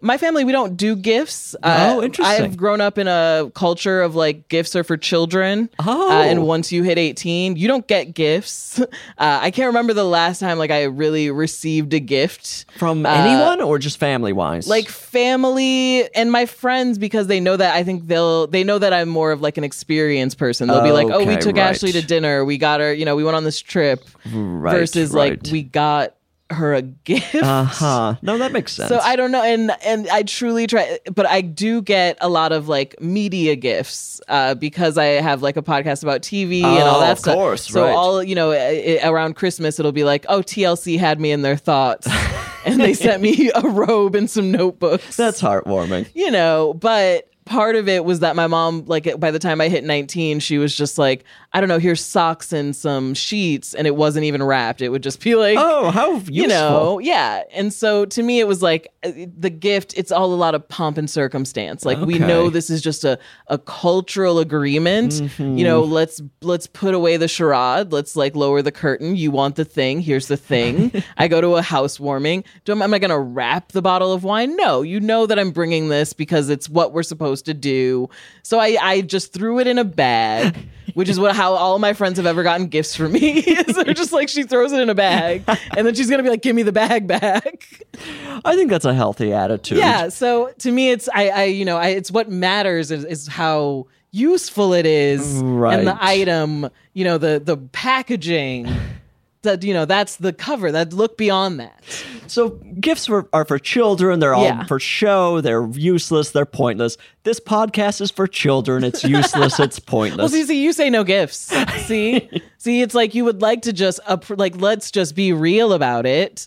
[SPEAKER 3] my family, we don't do gifts. Uh,
[SPEAKER 2] Oh, interesting.
[SPEAKER 3] I've grown up in a culture of like gifts are for children.
[SPEAKER 2] Oh.
[SPEAKER 3] Uh, and once you hit 18, you don't get gifts. Uh, I can't remember the last time like I really received a gift
[SPEAKER 2] From
[SPEAKER 3] Uh,
[SPEAKER 2] anyone or just family wise?
[SPEAKER 3] like family and my friends because they know that I think they'll they know that I'm more of like an experienced person. They'll be like, "Oh, we
[SPEAKER 2] Okay,
[SPEAKER 3] took
[SPEAKER 2] right.
[SPEAKER 3] Ashley to dinner. We got her, you know, we went on this trip."
[SPEAKER 2] Right,
[SPEAKER 3] versus
[SPEAKER 2] right.
[SPEAKER 3] like we got her a gift.
[SPEAKER 2] Uh huh. No, that makes sense.
[SPEAKER 3] So I don't know, and and I truly try, but I do get a lot of like media gifts uh, because I have like a podcast about TV and all
[SPEAKER 2] Oh,
[SPEAKER 3] that
[SPEAKER 2] of
[SPEAKER 3] stuff.
[SPEAKER 2] course,
[SPEAKER 3] so
[SPEAKER 2] right.
[SPEAKER 3] all you know i i around Christmas, it'll be like, oh, TLC had me in their thoughts, and they sent me a robe and some notebooks
[SPEAKER 2] That's heartwarming.
[SPEAKER 3] you know, but part of it was that my mom, like by the time I hit 19, she was just like, I don't know, here's socks and some sheets. And it wasn't even wrapped. It would just be like,
[SPEAKER 2] Oh, how useful.
[SPEAKER 3] you know, yeah. And so to me, it was like, uh, the gift it's all a lot of pomp and circumstance like we know
[SPEAKER 2] Okay.
[SPEAKER 3] this is just a a cultural agreement you know let's let's put away the charade let's like lower the curtain you want the thing here's the thing i go to a housewarming do am i going to wrap the bottle of wine no you know that i'm bringing this because it's what we're supposed to do so i i just threw it in a bag which is what how all my friends have ever gotten gifts for me so just like she throws it in a bag and then she's going to be like give me the bag back
[SPEAKER 2] I think that's a healthy attitude.
[SPEAKER 3] yeah. So to me, it's I, I you know, I, it's what matters is, is how useful it is, and
[SPEAKER 2] Right.
[SPEAKER 3] the item, you know, the the packaging. That you know, that's the cover. That look beyond that.
[SPEAKER 2] So gifts were, are for children. They're all
[SPEAKER 3] Yeah.
[SPEAKER 2] for show. They're useless. They're pointless. This podcast is for children. It's useless. it's
[SPEAKER 3] Well,
[SPEAKER 2] pointless.
[SPEAKER 3] see, see, you say no gifts. See, see, it's like you would like to just up, like let's just be real about it.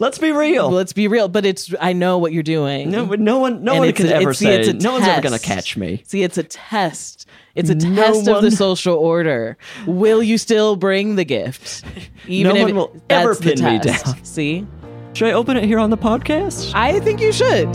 [SPEAKER 2] Let's be real.
[SPEAKER 3] Let's be real, but it's I know what you're doing.
[SPEAKER 2] no, but no one, no
[SPEAKER 3] And
[SPEAKER 2] one
[SPEAKER 3] it's
[SPEAKER 2] can
[SPEAKER 3] a-
[SPEAKER 2] ever
[SPEAKER 3] it's- see,
[SPEAKER 2] say.
[SPEAKER 3] it's a
[SPEAKER 2] no one's ever going to
[SPEAKER 3] test.
[SPEAKER 2] catch me.
[SPEAKER 3] See, it's a test. It's a
[SPEAKER 2] No
[SPEAKER 3] test of
[SPEAKER 2] one-
[SPEAKER 3] the social order. Will you still bring the gift? Even
[SPEAKER 2] No
[SPEAKER 3] if
[SPEAKER 2] one
[SPEAKER 3] it-
[SPEAKER 2] will ever
[SPEAKER 3] that's the
[SPEAKER 2] pin me
[SPEAKER 3] test.
[SPEAKER 2] down.
[SPEAKER 3] See?
[SPEAKER 2] Should I open it here on the podcast?
[SPEAKER 3] I think you should.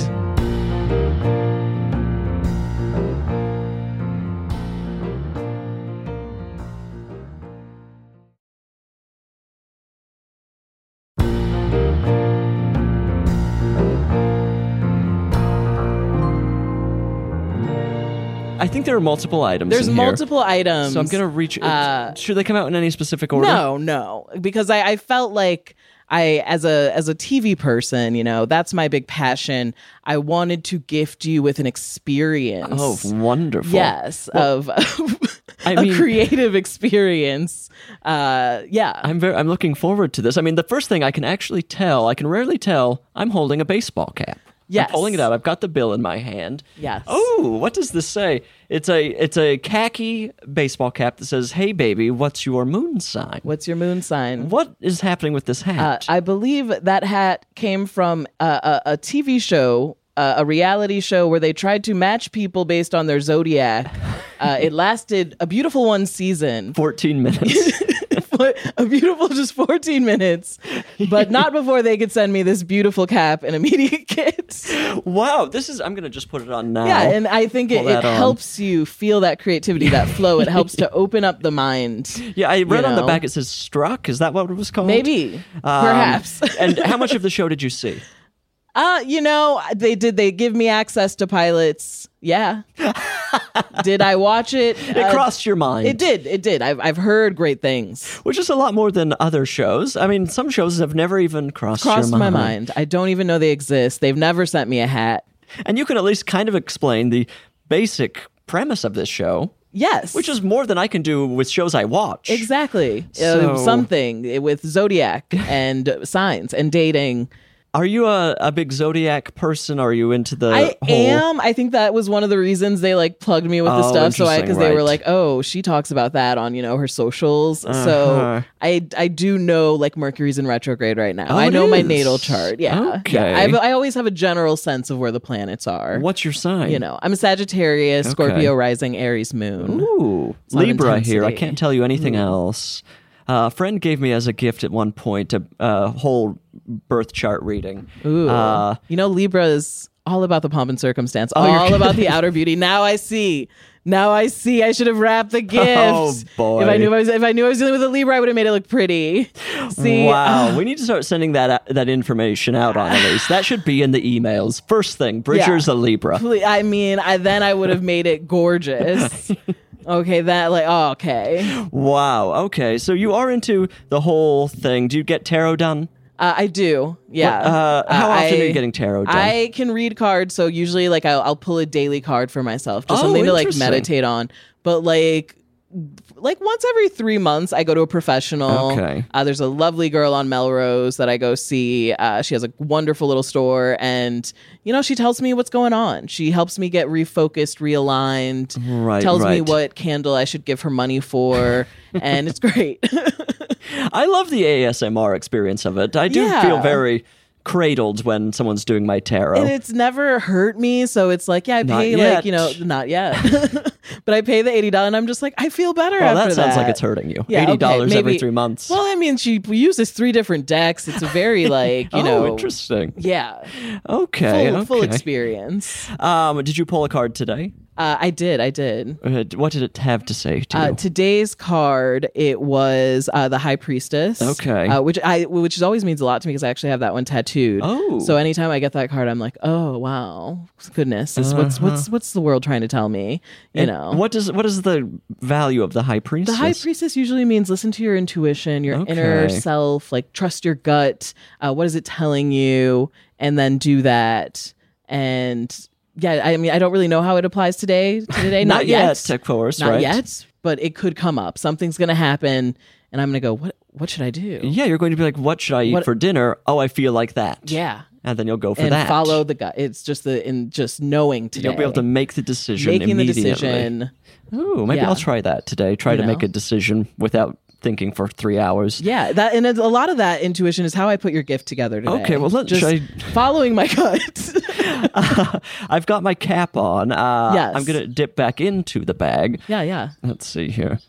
[SPEAKER 2] I think there are multiple items.
[SPEAKER 3] There's
[SPEAKER 2] in here.
[SPEAKER 3] multiple items.
[SPEAKER 2] So I'm gonna reach.
[SPEAKER 3] uh,
[SPEAKER 2] should they come out in any specific order?
[SPEAKER 3] No, no, because I, I felt like I, as a as a TV person, you know, that's my big passion. I wanted to gift you with an experience.
[SPEAKER 2] Oh, wonderful.
[SPEAKER 3] yes, of, of
[SPEAKER 2] I
[SPEAKER 3] a
[SPEAKER 2] mean-
[SPEAKER 3] creative experience. Uh, yeah,
[SPEAKER 2] I'm very. I'm looking forward to this. I mean, the first thing I can actually tell, I can rarely tell. I'm holding a baseball cap.
[SPEAKER 3] Yes.
[SPEAKER 2] I'm pulling it out. I've got the bill in my hand.
[SPEAKER 3] Yes.
[SPEAKER 2] Oh, what does this say? It's a it's a khaki baseball cap that says, "Hey, baby, what's your moon sign?"
[SPEAKER 3] What's your moon sign?
[SPEAKER 2] What is happening with this
[SPEAKER 3] Uh,
[SPEAKER 2] hat?
[SPEAKER 3] I believe that hat came from a, a, a TV show, uh, a reality show where they tried to match people based on their zodiac. Uh, it lasted a beautiful one season,
[SPEAKER 2] Fourteen minutes.
[SPEAKER 3] a beautiful just 14 minutes, but not before they could send me this beautiful cap and immediate kits.
[SPEAKER 2] wow. This is. I'm gonna just put it on now.
[SPEAKER 3] Yeah, and I think it,
[SPEAKER 2] Pull that
[SPEAKER 3] it
[SPEAKER 2] on.
[SPEAKER 3] helps you feel that creativity, that flow. It helps to open up the mind.
[SPEAKER 2] Yeah, I read on the
[SPEAKER 3] know.
[SPEAKER 2] back it says "struck." Is that what it was called?
[SPEAKER 3] Maybe,
[SPEAKER 2] Um,
[SPEAKER 3] perhaps.
[SPEAKER 2] and how much of the show did you see?
[SPEAKER 3] Uh, you know, they did they give me access to pilots? Yeah. did I watch it?
[SPEAKER 2] It crossed your mind.
[SPEAKER 3] Uh, It did. It did. I've I've heard great things.
[SPEAKER 2] Which is a lot more than other shows. I mean, some shows have never even crossed, your
[SPEAKER 3] Crossed
[SPEAKER 2] mind.
[SPEAKER 3] my mind. I don't even know they exist. They've never sent me a hat.
[SPEAKER 2] And you can at least kind of explain the basic premise of this show,
[SPEAKER 3] Yes.
[SPEAKER 2] which is more than I can do with shows I watch.
[SPEAKER 3] exactly Uh,
[SPEAKER 2] So-
[SPEAKER 3] something with zodiac and signs and dating.
[SPEAKER 2] Are you a, a big Zodiac person? Are you into the
[SPEAKER 3] I
[SPEAKER 2] whole...
[SPEAKER 3] am. I think that was one of the reasons they like plugged me with
[SPEAKER 2] Oh,
[SPEAKER 3] the stuff. So I, because
[SPEAKER 2] interesting,
[SPEAKER 3] they
[SPEAKER 2] right.
[SPEAKER 3] were like, oh, she talks about that on you know her socials.
[SPEAKER 2] Uh-huh.
[SPEAKER 3] So I I do know like Mercury's in retrograde right now.
[SPEAKER 2] Oh,
[SPEAKER 3] I
[SPEAKER 2] it
[SPEAKER 3] know my
[SPEAKER 2] is.
[SPEAKER 3] natal chart. Yeah. Yeah.
[SPEAKER 2] Okay.
[SPEAKER 3] I've, I always have a general sense of where the planets are.
[SPEAKER 2] What's your sign?
[SPEAKER 3] You know, I'm a Sagittarius, Scorpio rising, Aries moon.
[SPEAKER 2] Ooh,
[SPEAKER 3] on
[SPEAKER 2] Libra here. I
[SPEAKER 3] intensity.
[SPEAKER 2] can't tell you anything
[SPEAKER 3] Mm.
[SPEAKER 2] else. Uh, a friend gave me as a gift at one point a, a whole birth chart reading.
[SPEAKER 3] Ooh.
[SPEAKER 2] Uh,
[SPEAKER 3] you know, Libra is all about the pomp and circumstance,
[SPEAKER 2] you're
[SPEAKER 3] all
[SPEAKER 2] kidding.
[SPEAKER 3] about the outer beauty. Now I see. Now I see. I should have wrapped the gift.
[SPEAKER 2] Oh, boy.
[SPEAKER 3] If I knew I was, if I knew I was dealing with a Libra, I would have made it look pretty. See,
[SPEAKER 2] wow, we need to start sending that uh, that information out on Elise. That should be in the emails. First thing, Bridger's
[SPEAKER 3] Yeah.
[SPEAKER 2] a Libra.
[SPEAKER 3] Ple- I mean, I then I would have made it gorgeous. okay, that like oh, okay,
[SPEAKER 2] Wow. Okay, so you are into the whole thing. Do you get tarot done?
[SPEAKER 3] uh, I do. Yeah.
[SPEAKER 2] Uh, how
[SPEAKER 3] Uh,
[SPEAKER 2] often are
[SPEAKER 3] I-
[SPEAKER 2] you getting tarot done?
[SPEAKER 3] I can read cards, so usually like I'll, I'll pull a daily card for myself, just
[SPEAKER 2] Oh,
[SPEAKER 3] something to like
[SPEAKER 2] interesting.
[SPEAKER 3] meditate on. But like, like once every three months, I go to a professional.
[SPEAKER 2] Okay.
[SPEAKER 3] Uh, there's a lovely girl on Melrose that I go see. Uh, she has a wonderful little store, and you know she tells me what's going on. She helps me get refocused, realigned.
[SPEAKER 2] Right,
[SPEAKER 3] Tells me
[SPEAKER 2] right.
[SPEAKER 3] what candle I should give her money for, and it's great.
[SPEAKER 2] I love the ASMR experience of it. I do
[SPEAKER 3] Yeah.
[SPEAKER 2] feel very cradled when someone's doing my tarot.
[SPEAKER 3] And it's never hurt me. So it's like, yeah, I
[SPEAKER 2] Oh. Not
[SPEAKER 3] pay
[SPEAKER 2] yet.
[SPEAKER 3] like, you know, not yet. but I pay the $80 and I'm just like, I feel better
[SPEAKER 2] well, that
[SPEAKER 3] after that.
[SPEAKER 2] sounds like it's hurting you.
[SPEAKER 3] Yeah,
[SPEAKER 2] Eighty
[SPEAKER 3] okay,
[SPEAKER 2] dollars every
[SPEAKER 3] maybe-
[SPEAKER 2] three months.
[SPEAKER 3] Well, I mean, she uses three different decks. It's a very like, you
[SPEAKER 2] oh,
[SPEAKER 3] know,
[SPEAKER 2] interesting.
[SPEAKER 3] yeah, full,
[SPEAKER 2] Okay,
[SPEAKER 3] full
[SPEAKER 2] okay.
[SPEAKER 3] experience.
[SPEAKER 2] Um, did you pull a card today?
[SPEAKER 3] Uh, I did. I did.
[SPEAKER 2] Uh, what did it have to say to
[SPEAKER 3] Uh,
[SPEAKER 2] you?
[SPEAKER 3] today's card it was uh, the High Priestess.
[SPEAKER 2] Okay.
[SPEAKER 3] uh, which I which is always means a lot to me because I actually have that one tattooed.
[SPEAKER 2] Oh.
[SPEAKER 3] so anytime I get that card, I'm like, oh wow, goodness, this, what's what's what's the world trying to tell me?
[SPEAKER 2] Uh-huh.
[SPEAKER 3] You
[SPEAKER 2] And
[SPEAKER 3] know.
[SPEAKER 2] what is what is the value of the high priestess?
[SPEAKER 3] the high priestess usually means listen to your intuition, your inner
[SPEAKER 2] Okay.
[SPEAKER 3] self, like trust your gut. Uh, what is it telling you? And then do that. And yeah, I mean, I don't really know how it applies today. To today,
[SPEAKER 2] not,
[SPEAKER 3] not,
[SPEAKER 2] yet, of course,
[SPEAKER 3] not
[SPEAKER 2] right?
[SPEAKER 3] yet, but it could come up. Something's going to happen, and I'm going to go. What? What should I do?
[SPEAKER 2] Yeah, you're going to be like, what should I eat
[SPEAKER 3] What-
[SPEAKER 2] for dinner? Oh, I feel like that.
[SPEAKER 3] Yeah.
[SPEAKER 2] and then you'll go for
[SPEAKER 3] and
[SPEAKER 2] that.
[SPEAKER 3] follow the gut. It's just the in just knowing today.
[SPEAKER 2] You'll be able to make the decision
[SPEAKER 3] making the
[SPEAKER 2] immediately.
[SPEAKER 3] decision.
[SPEAKER 2] Ooh, maybe
[SPEAKER 3] Yeah.
[SPEAKER 2] I'll try that today. Try to
[SPEAKER 3] know?
[SPEAKER 2] make a decision without thinking for three hours.
[SPEAKER 3] Yeah, that and a lot of that intuition is how I put your gift together today.
[SPEAKER 2] Okay, well, let's
[SPEAKER 3] just
[SPEAKER 2] try-
[SPEAKER 3] following my gut.
[SPEAKER 2] I've got my cap on. Uh,
[SPEAKER 3] Yes.
[SPEAKER 2] I'm going to dip back into the bag.
[SPEAKER 3] yeah, yeah.
[SPEAKER 2] Let's see here.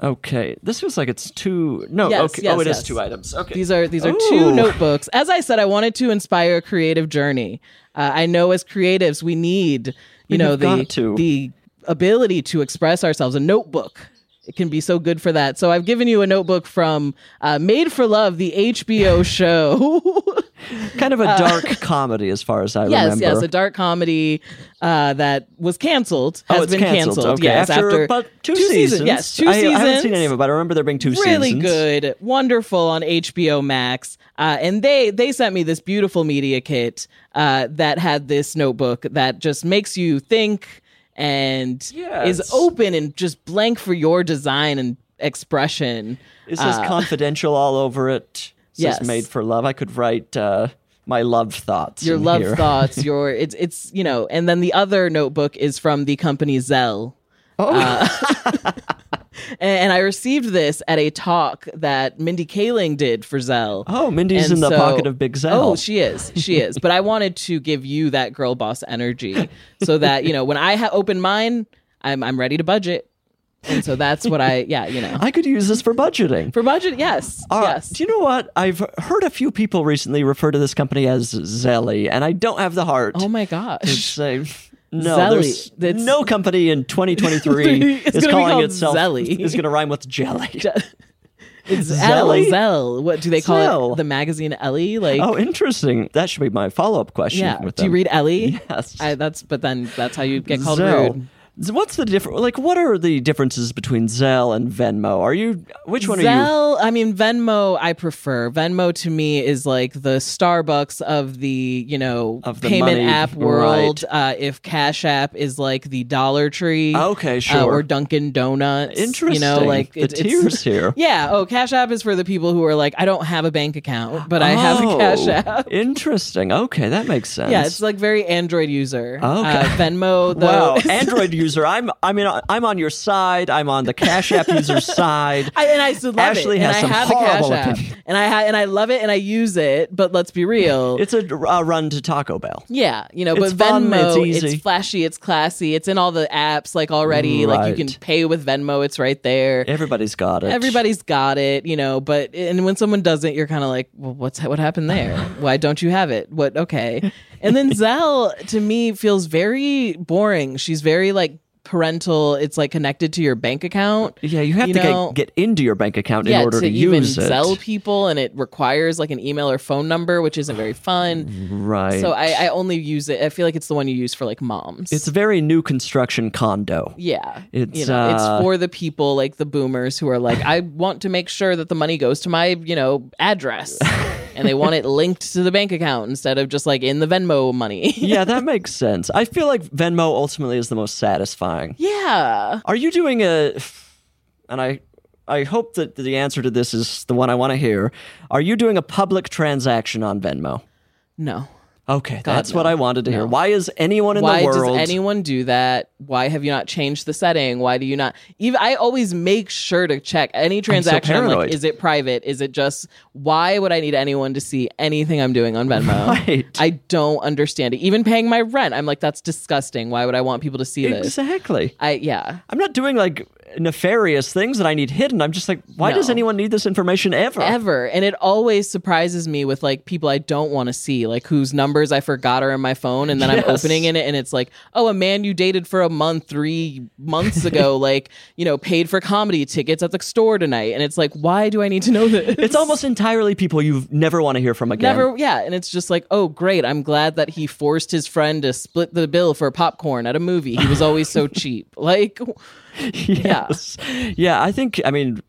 [SPEAKER 2] Okay, this feels like it's two. No,
[SPEAKER 3] Yes,
[SPEAKER 2] okay.
[SPEAKER 3] yes,
[SPEAKER 2] oh, it is
[SPEAKER 3] yes.
[SPEAKER 2] two items. Okay,
[SPEAKER 3] These are these are
[SPEAKER 2] Ooh.
[SPEAKER 3] two notebooks. As I said, I wanted to inspire a creative journey. Uh, I know as creatives, we need you know
[SPEAKER 2] have
[SPEAKER 3] the
[SPEAKER 2] got to.
[SPEAKER 3] the ability to express ourselves. A notebook. It can be so good for that. So I've given you a notebook from uh, Made for Love, the HBO show.
[SPEAKER 2] kind of a dark comedy, as far as I
[SPEAKER 3] Uh, yes,
[SPEAKER 2] remember.
[SPEAKER 3] yes, a dark comedy uh, that was canceled has
[SPEAKER 2] oh, it's
[SPEAKER 3] been canceled.
[SPEAKER 2] Okay,
[SPEAKER 3] Yes,
[SPEAKER 2] after, about two, seasons.
[SPEAKER 3] Yes, two
[SPEAKER 2] I,
[SPEAKER 3] seasons.
[SPEAKER 2] I haven't seen any of it, but I remember there being two
[SPEAKER 3] really
[SPEAKER 2] seasons.
[SPEAKER 3] good, wonderful on HBO Max. Uh, and they they sent me this beautiful media kit uh, that had this notebook that just makes you think and
[SPEAKER 2] Yes.
[SPEAKER 3] is open and just blank for your design and expression.
[SPEAKER 2] It says confidential all over it. It says
[SPEAKER 3] Uh, Yes.
[SPEAKER 2] made for love. I could write uh, my love thoughts.
[SPEAKER 3] Your
[SPEAKER 2] in
[SPEAKER 3] love
[SPEAKER 2] here.
[SPEAKER 3] thoughts, your it's it's you know, and then the other notebook is from the company Zell. Oh. and I received this at a talk that Mindy Kaling did for Zell.
[SPEAKER 2] Oh, Mindy's in the pocket of Big Zell.
[SPEAKER 3] Oh, she is. She is. but I wanted to give you that girl boss energy so that, you know, when I ha- open mine, I'm, I'm ready to budget. And so that's what I, yeah, you know.
[SPEAKER 2] I could use this for budgeting.
[SPEAKER 3] For budget, yes.
[SPEAKER 2] Uh,
[SPEAKER 3] yes.
[SPEAKER 2] Do you know what? I've heard a few people recently refer to this company as Zelly, and I don't have the heart
[SPEAKER 3] oh my
[SPEAKER 2] to
[SPEAKER 3] gosh.
[SPEAKER 2] say. No,
[SPEAKER 3] Zelly.
[SPEAKER 2] there's
[SPEAKER 3] That's-
[SPEAKER 2] no company in 2023
[SPEAKER 3] It's
[SPEAKER 2] is
[SPEAKER 3] gonna be
[SPEAKER 2] calling
[SPEAKER 3] called
[SPEAKER 2] itself
[SPEAKER 3] Zelly.
[SPEAKER 2] is going to rhyme with jelly.
[SPEAKER 3] It's
[SPEAKER 2] Zelly?
[SPEAKER 3] Ellie. Zell. What do they call
[SPEAKER 2] Zell.
[SPEAKER 3] it? The magazine Ellie? Like,
[SPEAKER 2] Oh, interesting. That should be my follow-up question.
[SPEAKER 3] yeah.
[SPEAKER 2] with
[SPEAKER 3] Do you
[SPEAKER 2] them.
[SPEAKER 3] read Ellie?
[SPEAKER 2] Yes.
[SPEAKER 3] I, that's, but then that's how you get called
[SPEAKER 2] Zelle.
[SPEAKER 3] rude.
[SPEAKER 2] Z- What's the difference? Like, what are the differences between Zelle and Venmo? Are you which one are you?
[SPEAKER 3] Zelle, I mean Venmo. I prefer Venmo. To me, is like the Starbucks of the you know
[SPEAKER 2] Of the
[SPEAKER 3] payment
[SPEAKER 2] money,
[SPEAKER 3] app world. Uh, if Cash App is like the Dollar Tree,
[SPEAKER 2] Ah, Okay,
[SPEAKER 3] uh,
[SPEAKER 2] sure.
[SPEAKER 3] or Dunkin' Donuts. You know,
[SPEAKER 2] Interesting.
[SPEAKER 3] like
[SPEAKER 2] The
[SPEAKER 3] it-
[SPEAKER 2] tiers here.
[SPEAKER 3] Yeah. Oh, Cash App is for the people who are like, I don't have a bank account, but I have a
[SPEAKER 2] Oh,
[SPEAKER 3] Cash App.
[SPEAKER 2] Interesting. Okay, that makes sense.
[SPEAKER 3] Yeah, it's like very Android user. Okay.
[SPEAKER 2] Okay.
[SPEAKER 3] Uh, Venmo, though.
[SPEAKER 2] wow,
[SPEAKER 3] is-
[SPEAKER 2] Android user. I'm. I mean, I'm on your side. I'm on the Cash App user's side.
[SPEAKER 3] I, and I still love
[SPEAKER 2] Ashley
[SPEAKER 3] it.
[SPEAKER 2] has
[SPEAKER 3] and
[SPEAKER 2] some
[SPEAKER 3] I have
[SPEAKER 2] horrible
[SPEAKER 3] a Cash
[SPEAKER 2] opinions.
[SPEAKER 3] App, and I ha- and I love it, and I use it. But let's be real,
[SPEAKER 2] It's a uh, run to Taco Bell.
[SPEAKER 3] Yeah, you know,
[SPEAKER 2] It's
[SPEAKER 3] but
[SPEAKER 2] fun,
[SPEAKER 3] Venmo,
[SPEAKER 2] it's easy.
[SPEAKER 3] flashy, it's classy, it's in all the apps like already. Like you
[SPEAKER 2] Right.
[SPEAKER 3] can pay with Venmo, it's right there.
[SPEAKER 2] Everybody's got it.
[SPEAKER 3] Everybody's got it, you know. But and when someone doesn't, you're kind of like, well, what's what happened there? Why don't you have it? What okay? And then Zell to me feels very boring. She's very like parental. It's like connected to your bank account.
[SPEAKER 2] Yeah, you have
[SPEAKER 3] You
[SPEAKER 2] to
[SPEAKER 3] know-
[SPEAKER 2] get, get into your bank account
[SPEAKER 3] yeah,
[SPEAKER 2] in order to,
[SPEAKER 3] to, even
[SPEAKER 2] use it.
[SPEAKER 3] Zell people, and it requires like an email or phone number, which isn't very fun.
[SPEAKER 2] right.
[SPEAKER 3] So I, I only use it. I feel like it's the one you use for like moms.
[SPEAKER 2] it's a very new construction condo.
[SPEAKER 3] yeah,
[SPEAKER 2] It's,
[SPEAKER 3] you know,
[SPEAKER 2] uh,
[SPEAKER 3] it's for the people like the boomers who are like, I want to make sure that the money goes to my you know address, and they want it linked to the bank account instead of just like in the Venmo money.
[SPEAKER 2] yeah, that makes sense. I feel like Venmo ultimately is the most satisfying.
[SPEAKER 3] yeah,
[SPEAKER 2] Are you doing a and I I hope that the answer to this is the one I want to hear. Are you doing a public transaction on Venmo?
[SPEAKER 3] no,
[SPEAKER 2] Okay, that's what
[SPEAKER 3] no.
[SPEAKER 2] I wanted to hear. Why is anyone in
[SPEAKER 3] Why
[SPEAKER 2] the world?
[SPEAKER 3] does anyone do that? Why have you not changed the setting? Why do you not? Even I always make sure to check any transaction. I'm like,
[SPEAKER 2] paranoid.
[SPEAKER 3] is it private? Is it just? Why would I need anyone to see anything I'm doing on Venmo?
[SPEAKER 2] Right.
[SPEAKER 3] I don't understand it. Even paying my rent, I'm like, that's disgusting. Why would I want people to see this?
[SPEAKER 2] exactly.
[SPEAKER 3] I yeah.
[SPEAKER 2] I'm not doing like nefarious things that I need hidden. I'm just like, why does
[SPEAKER 3] No.
[SPEAKER 2] anyone need this information ever?
[SPEAKER 3] ever and it always surprises me with like people i don't want to see like whose numbers i forgot are in my phone and then i'm
[SPEAKER 2] Yes.
[SPEAKER 3] opening in it and it's like oh a man you dated for a month three months ago like you know paid for comedy tickets at the store tonight and it's like why do i need to know this
[SPEAKER 2] It's almost entirely people you never want to hear from again.
[SPEAKER 3] Never, yeah, and it's just like, oh, great! I'm glad that he forced his friend to split the bill for popcorn at a movie. He was always so cheap. Like,
[SPEAKER 2] yes. Yeah. I think, I mean,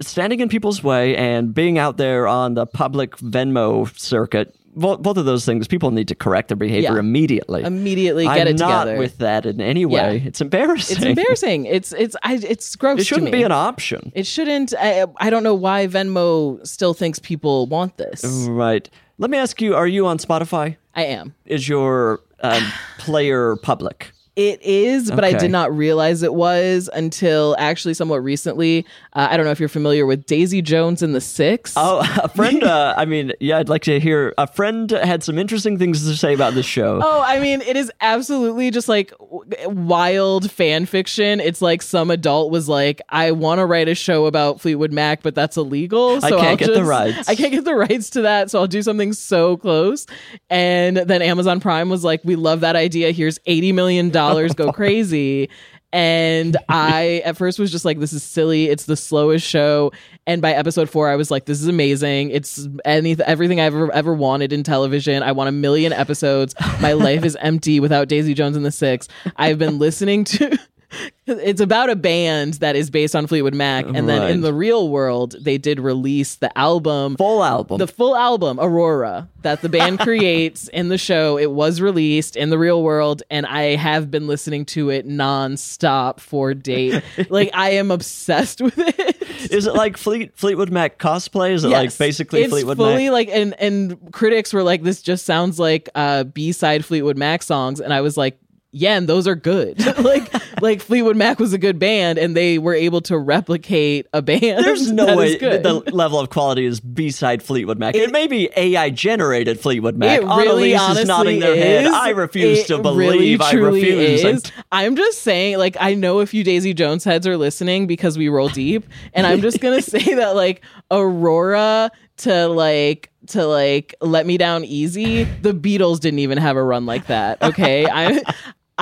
[SPEAKER 2] standing in people's way and being out there on the public Venmo circuit, both, both of those things, people need to correct their behavior
[SPEAKER 3] Yeah.
[SPEAKER 2] immediately.
[SPEAKER 3] Immediately get
[SPEAKER 2] I'm
[SPEAKER 3] it
[SPEAKER 2] not
[SPEAKER 3] together.
[SPEAKER 2] with that in any way.
[SPEAKER 3] Yeah.
[SPEAKER 2] It's embarrassing.
[SPEAKER 3] it's embarrassing. It's it's I, it's gross.
[SPEAKER 2] It
[SPEAKER 3] to
[SPEAKER 2] shouldn't
[SPEAKER 3] me.
[SPEAKER 2] be an option.
[SPEAKER 3] It shouldn't. I, I don't know why Venmo still thinks people want this.
[SPEAKER 2] Right. Let me ask you are you on Spotify?
[SPEAKER 3] I am.
[SPEAKER 2] Is your um, player public?
[SPEAKER 3] It is, but I
[SPEAKER 2] Okay.
[SPEAKER 3] did not realize it was until actually somewhat recently. Uh, I don't know if you're familiar with Daisy Jones and the Six.
[SPEAKER 2] Oh, a friend. Uh, I mean, yeah, I'd like to hear. A friend had some interesting things to say about this show.
[SPEAKER 3] Oh, I mean, it is absolutely just like w- wild fan fiction. It's like some adult was like, I want to write a show about Fleetwood Mac, but that's illegal.
[SPEAKER 2] can't
[SPEAKER 3] So will
[SPEAKER 2] get the
[SPEAKER 3] just,
[SPEAKER 2] rights."
[SPEAKER 3] I can't get the rights to that. So I'll do something so close. And then Amazon Prime was like, We love that idea. Here's $80 million. Go crazy. And I at first was just like, this is silly. It's the slowest show. And by episode four, I was like, this is amazing. It's any everything I've ever ever wanted in television. I want a million episodes. My life is empty without Daisy Jones and the Six. I've been listening to. It's about a band that is based on Fleetwood Mac, and then
[SPEAKER 2] Right.
[SPEAKER 3] in the real world, they did release the album
[SPEAKER 2] Full album.
[SPEAKER 3] the full album aurora that the band creates in the show it was released in the real world and i have been listening to it nonstop for date like i am obsessed with it
[SPEAKER 2] Is it like Fleet Fleetwood Mac cosplay? Is it like
[SPEAKER 3] Yes.
[SPEAKER 2] basically
[SPEAKER 3] it's
[SPEAKER 2] Fleetwood
[SPEAKER 3] fully
[SPEAKER 2] Mac?
[SPEAKER 3] like and and critics were like this just sounds like uh b-side fleetwood mac songs and i was like yeah and those are good like like fleetwood mac was a good band and they were able to replicate a band
[SPEAKER 2] There's no
[SPEAKER 3] that is
[SPEAKER 2] way that
[SPEAKER 3] good.
[SPEAKER 2] the level of quality is B-side Fleetwood Mac. It, may be AI generated Fleetwood Mac.
[SPEAKER 3] It really
[SPEAKER 2] Annalise
[SPEAKER 3] honestly
[SPEAKER 2] is nodding their head.
[SPEAKER 3] is.
[SPEAKER 2] I refuse
[SPEAKER 3] It
[SPEAKER 2] to
[SPEAKER 3] really,
[SPEAKER 2] believe. I
[SPEAKER 3] truly
[SPEAKER 2] refuse.
[SPEAKER 3] is. I'm just saying, like, I know if you Daisy Jones heads are listening because we roll deep, and I'm just gonna say that like Aurora to like to like let me down easy. The Beatles didn't even have a run like that. Okay, I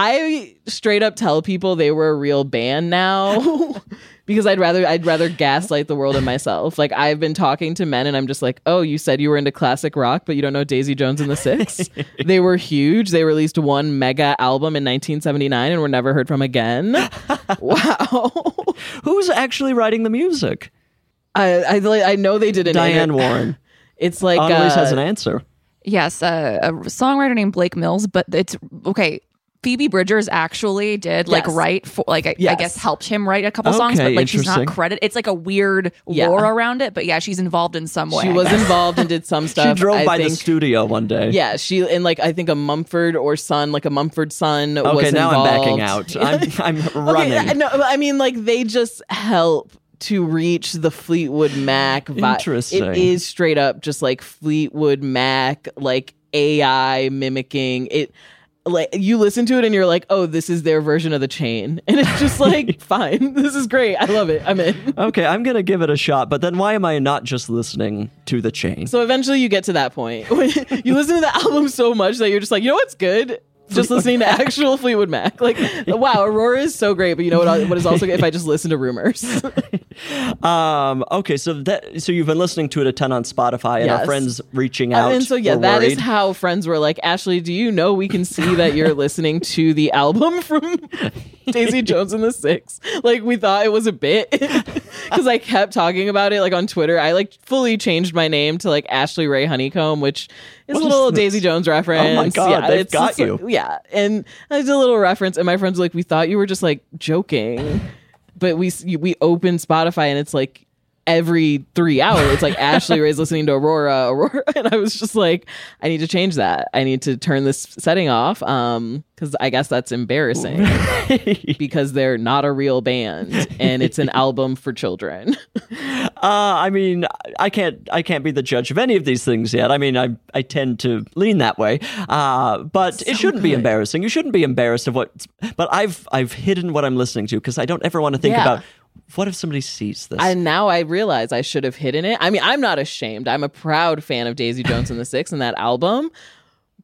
[SPEAKER 3] I straight up tell people they were a real band now. Because I'd rather I'd rather gaslight the world and myself. Like I've been talking to men and I'm just like, oh, you said you were into classic rock, but you don't know Daisy Jones and the Six. they were huge. They released one mega album in 1979 and were never heard from again. wow.
[SPEAKER 2] Who's actually writing the music?
[SPEAKER 3] I, I like, I know they did an
[SPEAKER 2] Diane
[SPEAKER 3] inter-
[SPEAKER 2] Warren.
[SPEAKER 3] It's like
[SPEAKER 2] Annalise has
[SPEAKER 3] uh,
[SPEAKER 2] an answer.
[SPEAKER 4] Yes, uh, a songwriter named Blake Mills, but it's okay. Phoebe Bridgers actually did like
[SPEAKER 3] Yes.
[SPEAKER 4] write for like I, I
[SPEAKER 3] Yes.
[SPEAKER 4] guess helped him write a couple songs,
[SPEAKER 2] Okay,
[SPEAKER 4] but like she's not
[SPEAKER 2] interesting.
[SPEAKER 4] credit. It's like a weird
[SPEAKER 3] Yeah.
[SPEAKER 4] lore around it, but yeah, she's involved in some way.
[SPEAKER 3] she
[SPEAKER 4] I
[SPEAKER 3] was
[SPEAKER 4] guess.
[SPEAKER 3] involved and did some
[SPEAKER 2] She
[SPEAKER 3] stuff.
[SPEAKER 2] drove
[SPEAKER 3] I
[SPEAKER 2] by the
[SPEAKER 3] think-
[SPEAKER 2] studio one day.
[SPEAKER 3] Yeah, she and like I think a Mumford or Son, like a Mumford Son.
[SPEAKER 2] Okay,
[SPEAKER 3] was
[SPEAKER 2] now I'm backing
[SPEAKER 3] involved.
[SPEAKER 2] out. I'm, I'm running.
[SPEAKER 3] Okay, no, I mean like they just help to reach the Fleetwood Mac vibe.
[SPEAKER 2] Interesting.
[SPEAKER 3] It is straight up just like Fleetwood Mac, like AI mimicking it. Like you listen to it and you're like, oh, this is their version of the chain, and it's just like, fine, this is great. I love it. I'm in.
[SPEAKER 2] Okay, I'm gonna give it a shot, but then why am I not just listening to the chain?
[SPEAKER 3] So eventually you get to that point. When you listen to the album so much that you're just like, you know what's good? Just listening to actual Fleetwood Mac. Like, wow, Aurora is so great, but you know what, what is also good if I just listen to rumors?
[SPEAKER 2] Um, okay, so that so you've been listening to it a ton on Spotify, and our
[SPEAKER 3] Yes.
[SPEAKER 2] friends reaching out.
[SPEAKER 3] and so yeah,
[SPEAKER 2] were
[SPEAKER 3] that is
[SPEAKER 2] worried.
[SPEAKER 3] how friends were like, Ashley, do you know we can see that you're listening to the album from Daisy Jones and the Six? Like we thought it was a bit because I kept talking about it like on Twitter. I like fully changed my name to like Ashley Ray Honeycomb, which is
[SPEAKER 2] What
[SPEAKER 3] a
[SPEAKER 2] is
[SPEAKER 3] little
[SPEAKER 2] this?
[SPEAKER 3] Daisy Jones reference.
[SPEAKER 2] Oh God,
[SPEAKER 3] yeah,
[SPEAKER 2] they've
[SPEAKER 3] it's
[SPEAKER 2] got
[SPEAKER 3] just,
[SPEAKER 2] you.
[SPEAKER 3] like, yeah, and I did a little reference, and my friends were like, we thought you were just like joking, but we s- we opened Spotify and it's like every three hours. It's like Ashley Ray's listening to Aurora, Aurora, and I was just like, I need to change that. I need to turn this setting off. Um, because I guess that's embarrassing because they're not a real band and it's an album for children.
[SPEAKER 2] Uh, I mean, I can't I can't be the judge of any of these things yet. I mean, I I tend to lean that way, uh, but it shouldn't be embarrassing. You shouldn't be embarrassed of what. But I've I've hidden what I'm listening to because I don't ever want to think
[SPEAKER 3] Yeah.
[SPEAKER 2] about what if somebody sees this.
[SPEAKER 3] And now I realize I should have hidden it. I mean, I'm not ashamed. I'm a proud fan of Daisy Jones and the Six and that album,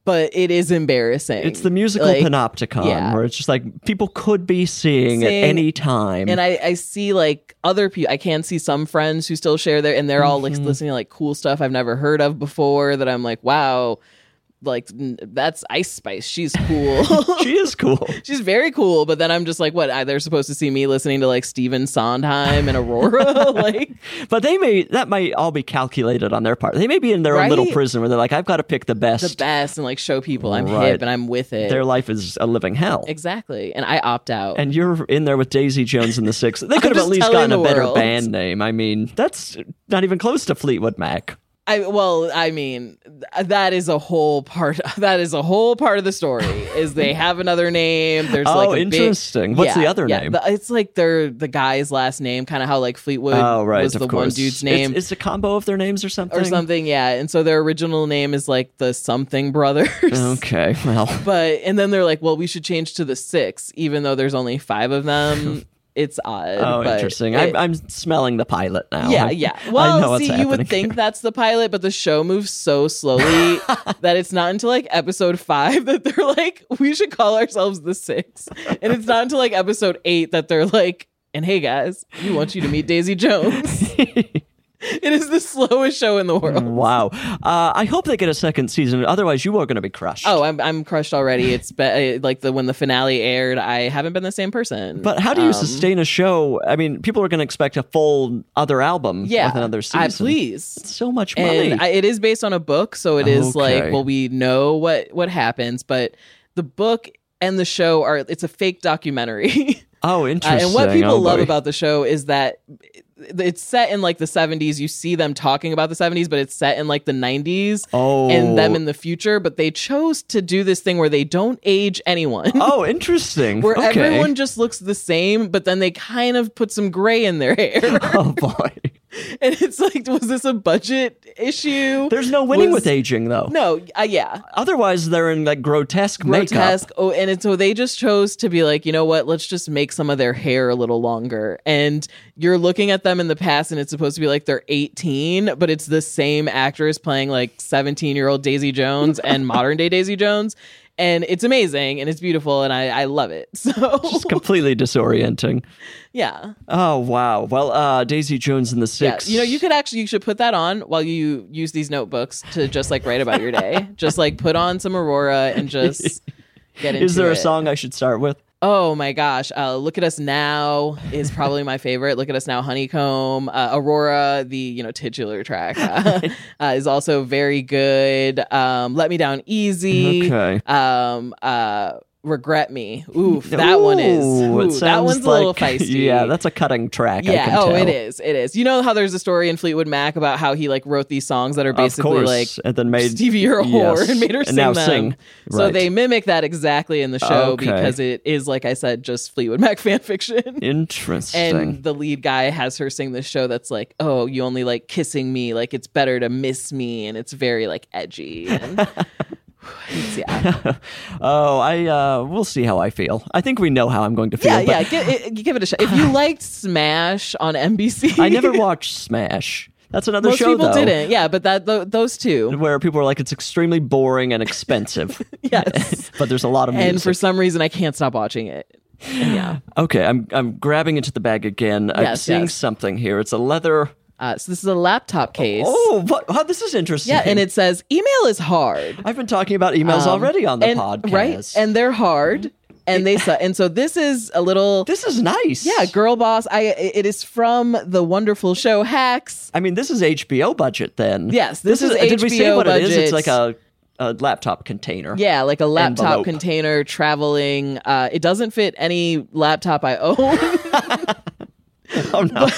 [SPEAKER 3] but it is embarrassing.
[SPEAKER 2] it's the musical
[SPEAKER 3] Like,
[SPEAKER 2] panopticon
[SPEAKER 3] yeah.
[SPEAKER 2] where it's just like people could be seeing, at
[SPEAKER 3] Seeing-
[SPEAKER 2] any time.
[SPEAKER 3] And I, I see like other people, I can see some friends who still share their, and they're all
[SPEAKER 2] Mm-hmm.
[SPEAKER 3] like listening to like cool stuff I've never heard of before that I'm like, wow, like n- that's Ice Spice. She's cool.
[SPEAKER 2] she is cool.
[SPEAKER 3] She's very cool, but then I'm just like, what? I, they're supposed to see me listening to like Steven Sondheim and Aurora. like,
[SPEAKER 2] But they may that might all be calculated on their part. They may be in their own little
[SPEAKER 3] Right?
[SPEAKER 2] prison where they're like, I've got to pick the best.
[SPEAKER 3] the best and like show people I'm
[SPEAKER 2] Right.
[SPEAKER 3] hip and I'm with it.
[SPEAKER 2] Their life is a living hell.
[SPEAKER 3] exactly. And I opt out.
[SPEAKER 2] And you're in there with Daisy Jones and the Six. They could have at
[SPEAKER 3] just
[SPEAKER 2] least
[SPEAKER 3] telling
[SPEAKER 2] gotten a
[SPEAKER 3] the
[SPEAKER 2] better
[SPEAKER 3] world.
[SPEAKER 2] band name. I mean, that's not even close to Fleetwood Mac.
[SPEAKER 3] I well, I mean, th- that is a whole part. That is a whole part of the story. is they have another name? There's like
[SPEAKER 2] Oh,
[SPEAKER 3] a big-
[SPEAKER 2] interesting. What's the other name?
[SPEAKER 3] the- it's like their the guy's last name, kind of how like Fleetwood
[SPEAKER 2] oh, right.
[SPEAKER 3] was
[SPEAKER 2] of
[SPEAKER 3] the
[SPEAKER 2] course.
[SPEAKER 3] one
[SPEAKER 2] It's-
[SPEAKER 3] dude's name
[SPEAKER 2] It's, a combo of their names or something.
[SPEAKER 3] or something. Yeah, and so their original name is like the something brothers.
[SPEAKER 2] Okay. Well,
[SPEAKER 3] But and then they're like, well, we should change to the six, even though there's only five of them. It's odd.
[SPEAKER 2] oh,
[SPEAKER 3] but
[SPEAKER 2] interesting. I'm,
[SPEAKER 3] it-
[SPEAKER 2] I'm smelling the pilot now.
[SPEAKER 3] Yeah,
[SPEAKER 2] I-
[SPEAKER 3] yeah.
[SPEAKER 2] I know
[SPEAKER 3] Well,
[SPEAKER 2] what's
[SPEAKER 3] see, you would
[SPEAKER 2] happening
[SPEAKER 3] think
[SPEAKER 2] here.
[SPEAKER 3] that's the pilot, but the show moves so slowly that it's not until like episode five that they're like, we should call ourselves the Six, and it's not until like episode eight that they're like, and hey guys, we want you to meet Daisy Jones. it is the slowest show in the world.
[SPEAKER 2] Wow. Uh, I hope they get a second season. Otherwise, you are going to be crushed.
[SPEAKER 3] Oh, I'm I'm crushed already. It's be- uh, like the when the finale aired, I haven't been the same person.
[SPEAKER 2] But how do you
[SPEAKER 3] Um,
[SPEAKER 2] sustain a show? I mean, people are going to expect a full other album
[SPEAKER 3] Yeah,
[SPEAKER 2] with another season.
[SPEAKER 3] I please.
[SPEAKER 2] So much money.
[SPEAKER 3] and I, it is based on a book so it is
[SPEAKER 2] Okay.
[SPEAKER 3] like well we know what what happens but the book and the show are it's a fake documentary
[SPEAKER 2] oh,
[SPEAKER 3] Uh,
[SPEAKER 2] interesting.
[SPEAKER 3] and what people
[SPEAKER 2] Oh,
[SPEAKER 3] love
[SPEAKER 2] boy.
[SPEAKER 3] about the show is that it's set in like the 70s you see them talking about the 70s but it's set in like the 90s
[SPEAKER 2] oh
[SPEAKER 3] and them in the future but they chose to do this thing where they don't age anyone
[SPEAKER 2] oh, interesting.
[SPEAKER 3] Where
[SPEAKER 2] okay.
[SPEAKER 3] everyone just looks the same, but then they kind of put some gray in their hair.
[SPEAKER 2] Oh boy.
[SPEAKER 3] and it's like, was this a budget issue?
[SPEAKER 2] There's no winning
[SPEAKER 3] Was-
[SPEAKER 2] with aging though.
[SPEAKER 3] No, uh, yeah.
[SPEAKER 2] Otherwise, they're in like grotesque,
[SPEAKER 3] grotesque. Oh, and it, so they just chose to be like, you know what? Let's just make some of their hair a little longer. And you're looking at them in the past, and it's supposed to be like they're 18, but it's the same actress playing like 17 year old Daisy Jones and modern day Daisy Jones. And it's amazing and it's beautiful, and I, I love it. So,
[SPEAKER 2] makeup. It's completely disorienting.
[SPEAKER 3] yeah.
[SPEAKER 2] Oh wow. Well, uh, Daisy Jones and the
[SPEAKER 3] Yeah.
[SPEAKER 2] Six.
[SPEAKER 3] You know, you could actually, you should put that on while you use these notebooks to just like write about your day. just like put on some Aurora and just get into
[SPEAKER 2] Is there a
[SPEAKER 3] it.
[SPEAKER 2] song I should start with?
[SPEAKER 3] Oh my gosh. Uh, Look at Us Now is probably my favorite. Look at Us Now Honeycomb. Uh, Aurora, the you know titular track, uh, uh, is also very good. Um, Let Me Down Easy.
[SPEAKER 2] Okay.
[SPEAKER 3] Um, uh, Regret Me. Oof, that one is.
[SPEAKER 2] Ooh, it
[SPEAKER 3] ooh, that
[SPEAKER 2] sounds like,
[SPEAKER 3] one's a little feisty.
[SPEAKER 2] Yeah, that's a cutting track. I
[SPEAKER 3] Yeah,
[SPEAKER 2] can
[SPEAKER 3] oh,
[SPEAKER 2] tell.
[SPEAKER 3] it is. It is. You know how there's a story in Fleetwood Mac about how he like wrote these songs that
[SPEAKER 2] Of
[SPEAKER 3] are basically
[SPEAKER 2] course,
[SPEAKER 3] like
[SPEAKER 2] and then made
[SPEAKER 3] Stevie or a
[SPEAKER 2] Yes.
[SPEAKER 3] whore and made her
[SPEAKER 2] And
[SPEAKER 3] sing
[SPEAKER 2] now
[SPEAKER 3] them.
[SPEAKER 2] sing.
[SPEAKER 3] So
[SPEAKER 2] Right.
[SPEAKER 3] they mimic that exactly in the show
[SPEAKER 2] Okay.
[SPEAKER 3] because it is, like I said, just Fleetwood Mac fan fiction.
[SPEAKER 2] interesting.
[SPEAKER 3] And the lead guy has her sing this show that's like, oh, you only like kissing me. Like, it's better to miss me. And it's very, like, edgy. And it's- yeah.
[SPEAKER 2] oh, I uh, we'll see how I feel. I think we know how I'm going to feel.
[SPEAKER 3] Yeah.
[SPEAKER 2] but
[SPEAKER 3] yeah. Give it, give it a shot. If you liked Smash on NBC,
[SPEAKER 2] I never watched Smash. That's another
[SPEAKER 3] Most
[SPEAKER 2] show
[SPEAKER 3] people
[SPEAKER 2] though,
[SPEAKER 3] didn't. Yeah. But that th- those two.
[SPEAKER 2] where people are like it's extremely boring and expensive,
[SPEAKER 3] Yes.
[SPEAKER 2] but there's a lot of
[SPEAKER 3] and
[SPEAKER 2] music.
[SPEAKER 3] for some reason, I can't stop watching it. And yeah.
[SPEAKER 2] okay, I'm I'm grabbing into the bag again. I'm
[SPEAKER 3] Yes,
[SPEAKER 2] seeing
[SPEAKER 3] yes.
[SPEAKER 2] something here. It's a leather.
[SPEAKER 3] Uh, so this is a laptop case.
[SPEAKER 2] Oh, what, wow, this is interesting.
[SPEAKER 3] Yeah, and it says email is hard.
[SPEAKER 2] I've been talking about emails
[SPEAKER 3] Um,
[SPEAKER 2] already on the
[SPEAKER 3] and-
[SPEAKER 2] podcast. Mm-hmm.
[SPEAKER 3] right? And they're hard, and they su- and so this is a little
[SPEAKER 2] this is nice.
[SPEAKER 3] yeah, girl boss. I it is from the wonderful show Hacks.
[SPEAKER 2] I mean, this is HBO budget then.
[SPEAKER 3] Yes, this is
[SPEAKER 2] Did we say
[SPEAKER 3] HBO
[SPEAKER 2] what it is? It's
[SPEAKER 3] budget.
[SPEAKER 2] like a, a laptop container.
[SPEAKER 3] Yeah, like a laptop
[SPEAKER 2] Envelope.
[SPEAKER 3] container traveling. Uh, it doesn't fit any laptop I own,
[SPEAKER 2] Oh no.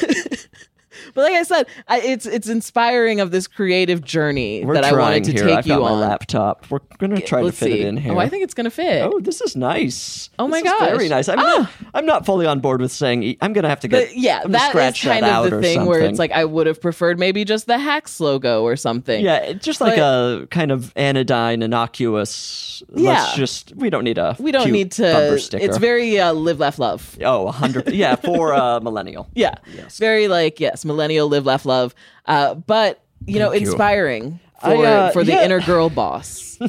[SPEAKER 3] But like I said, I, it's it's inspiring of this creative journey
[SPEAKER 2] We're
[SPEAKER 3] that I
[SPEAKER 2] trying
[SPEAKER 3] wanted to
[SPEAKER 2] here.
[SPEAKER 3] take
[SPEAKER 2] I've
[SPEAKER 3] you
[SPEAKER 2] got
[SPEAKER 3] on.
[SPEAKER 2] my laptop. We're gonna try
[SPEAKER 3] Let's
[SPEAKER 2] to fit
[SPEAKER 3] see.
[SPEAKER 2] it in here.
[SPEAKER 3] Oh, I think it's gonna fit.
[SPEAKER 2] Oh, this is nice.
[SPEAKER 3] Oh my
[SPEAKER 2] This is very
[SPEAKER 3] gosh. Ah.
[SPEAKER 2] nice. I'm, not, I'm not fully on board with saying e- I'm gonna have to get.
[SPEAKER 3] But Uh, yeah,
[SPEAKER 2] I'm gonna
[SPEAKER 3] that is
[SPEAKER 2] scratch
[SPEAKER 3] kind
[SPEAKER 2] that out
[SPEAKER 3] of the
[SPEAKER 2] or
[SPEAKER 3] thing where
[SPEAKER 2] something.
[SPEAKER 3] it's like I would have preferred maybe just the Hacks logo or something.
[SPEAKER 2] Yeah, it's just like a kind of anodyne, innocuous. Let's
[SPEAKER 3] Yeah.
[SPEAKER 2] just we don't need a
[SPEAKER 3] we don't
[SPEAKER 2] cute
[SPEAKER 3] need to.
[SPEAKER 2] bumper sticker.
[SPEAKER 3] It's very uh, live, laugh, love.
[SPEAKER 2] oh, a hundred. yeah, for a millennial.
[SPEAKER 3] Yeah, very like yes, millennial, live, laugh, love. Uh, but you know,
[SPEAKER 2] Thank you.
[SPEAKER 3] inspiring
[SPEAKER 2] I,
[SPEAKER 3] for
[SPEAKER 2] uh,
[SPEAKER 3] for the
[SPEAKER 2] yeah.
[SPEAKER 3] inner girl boss.
[SPEAKER 2] I'm,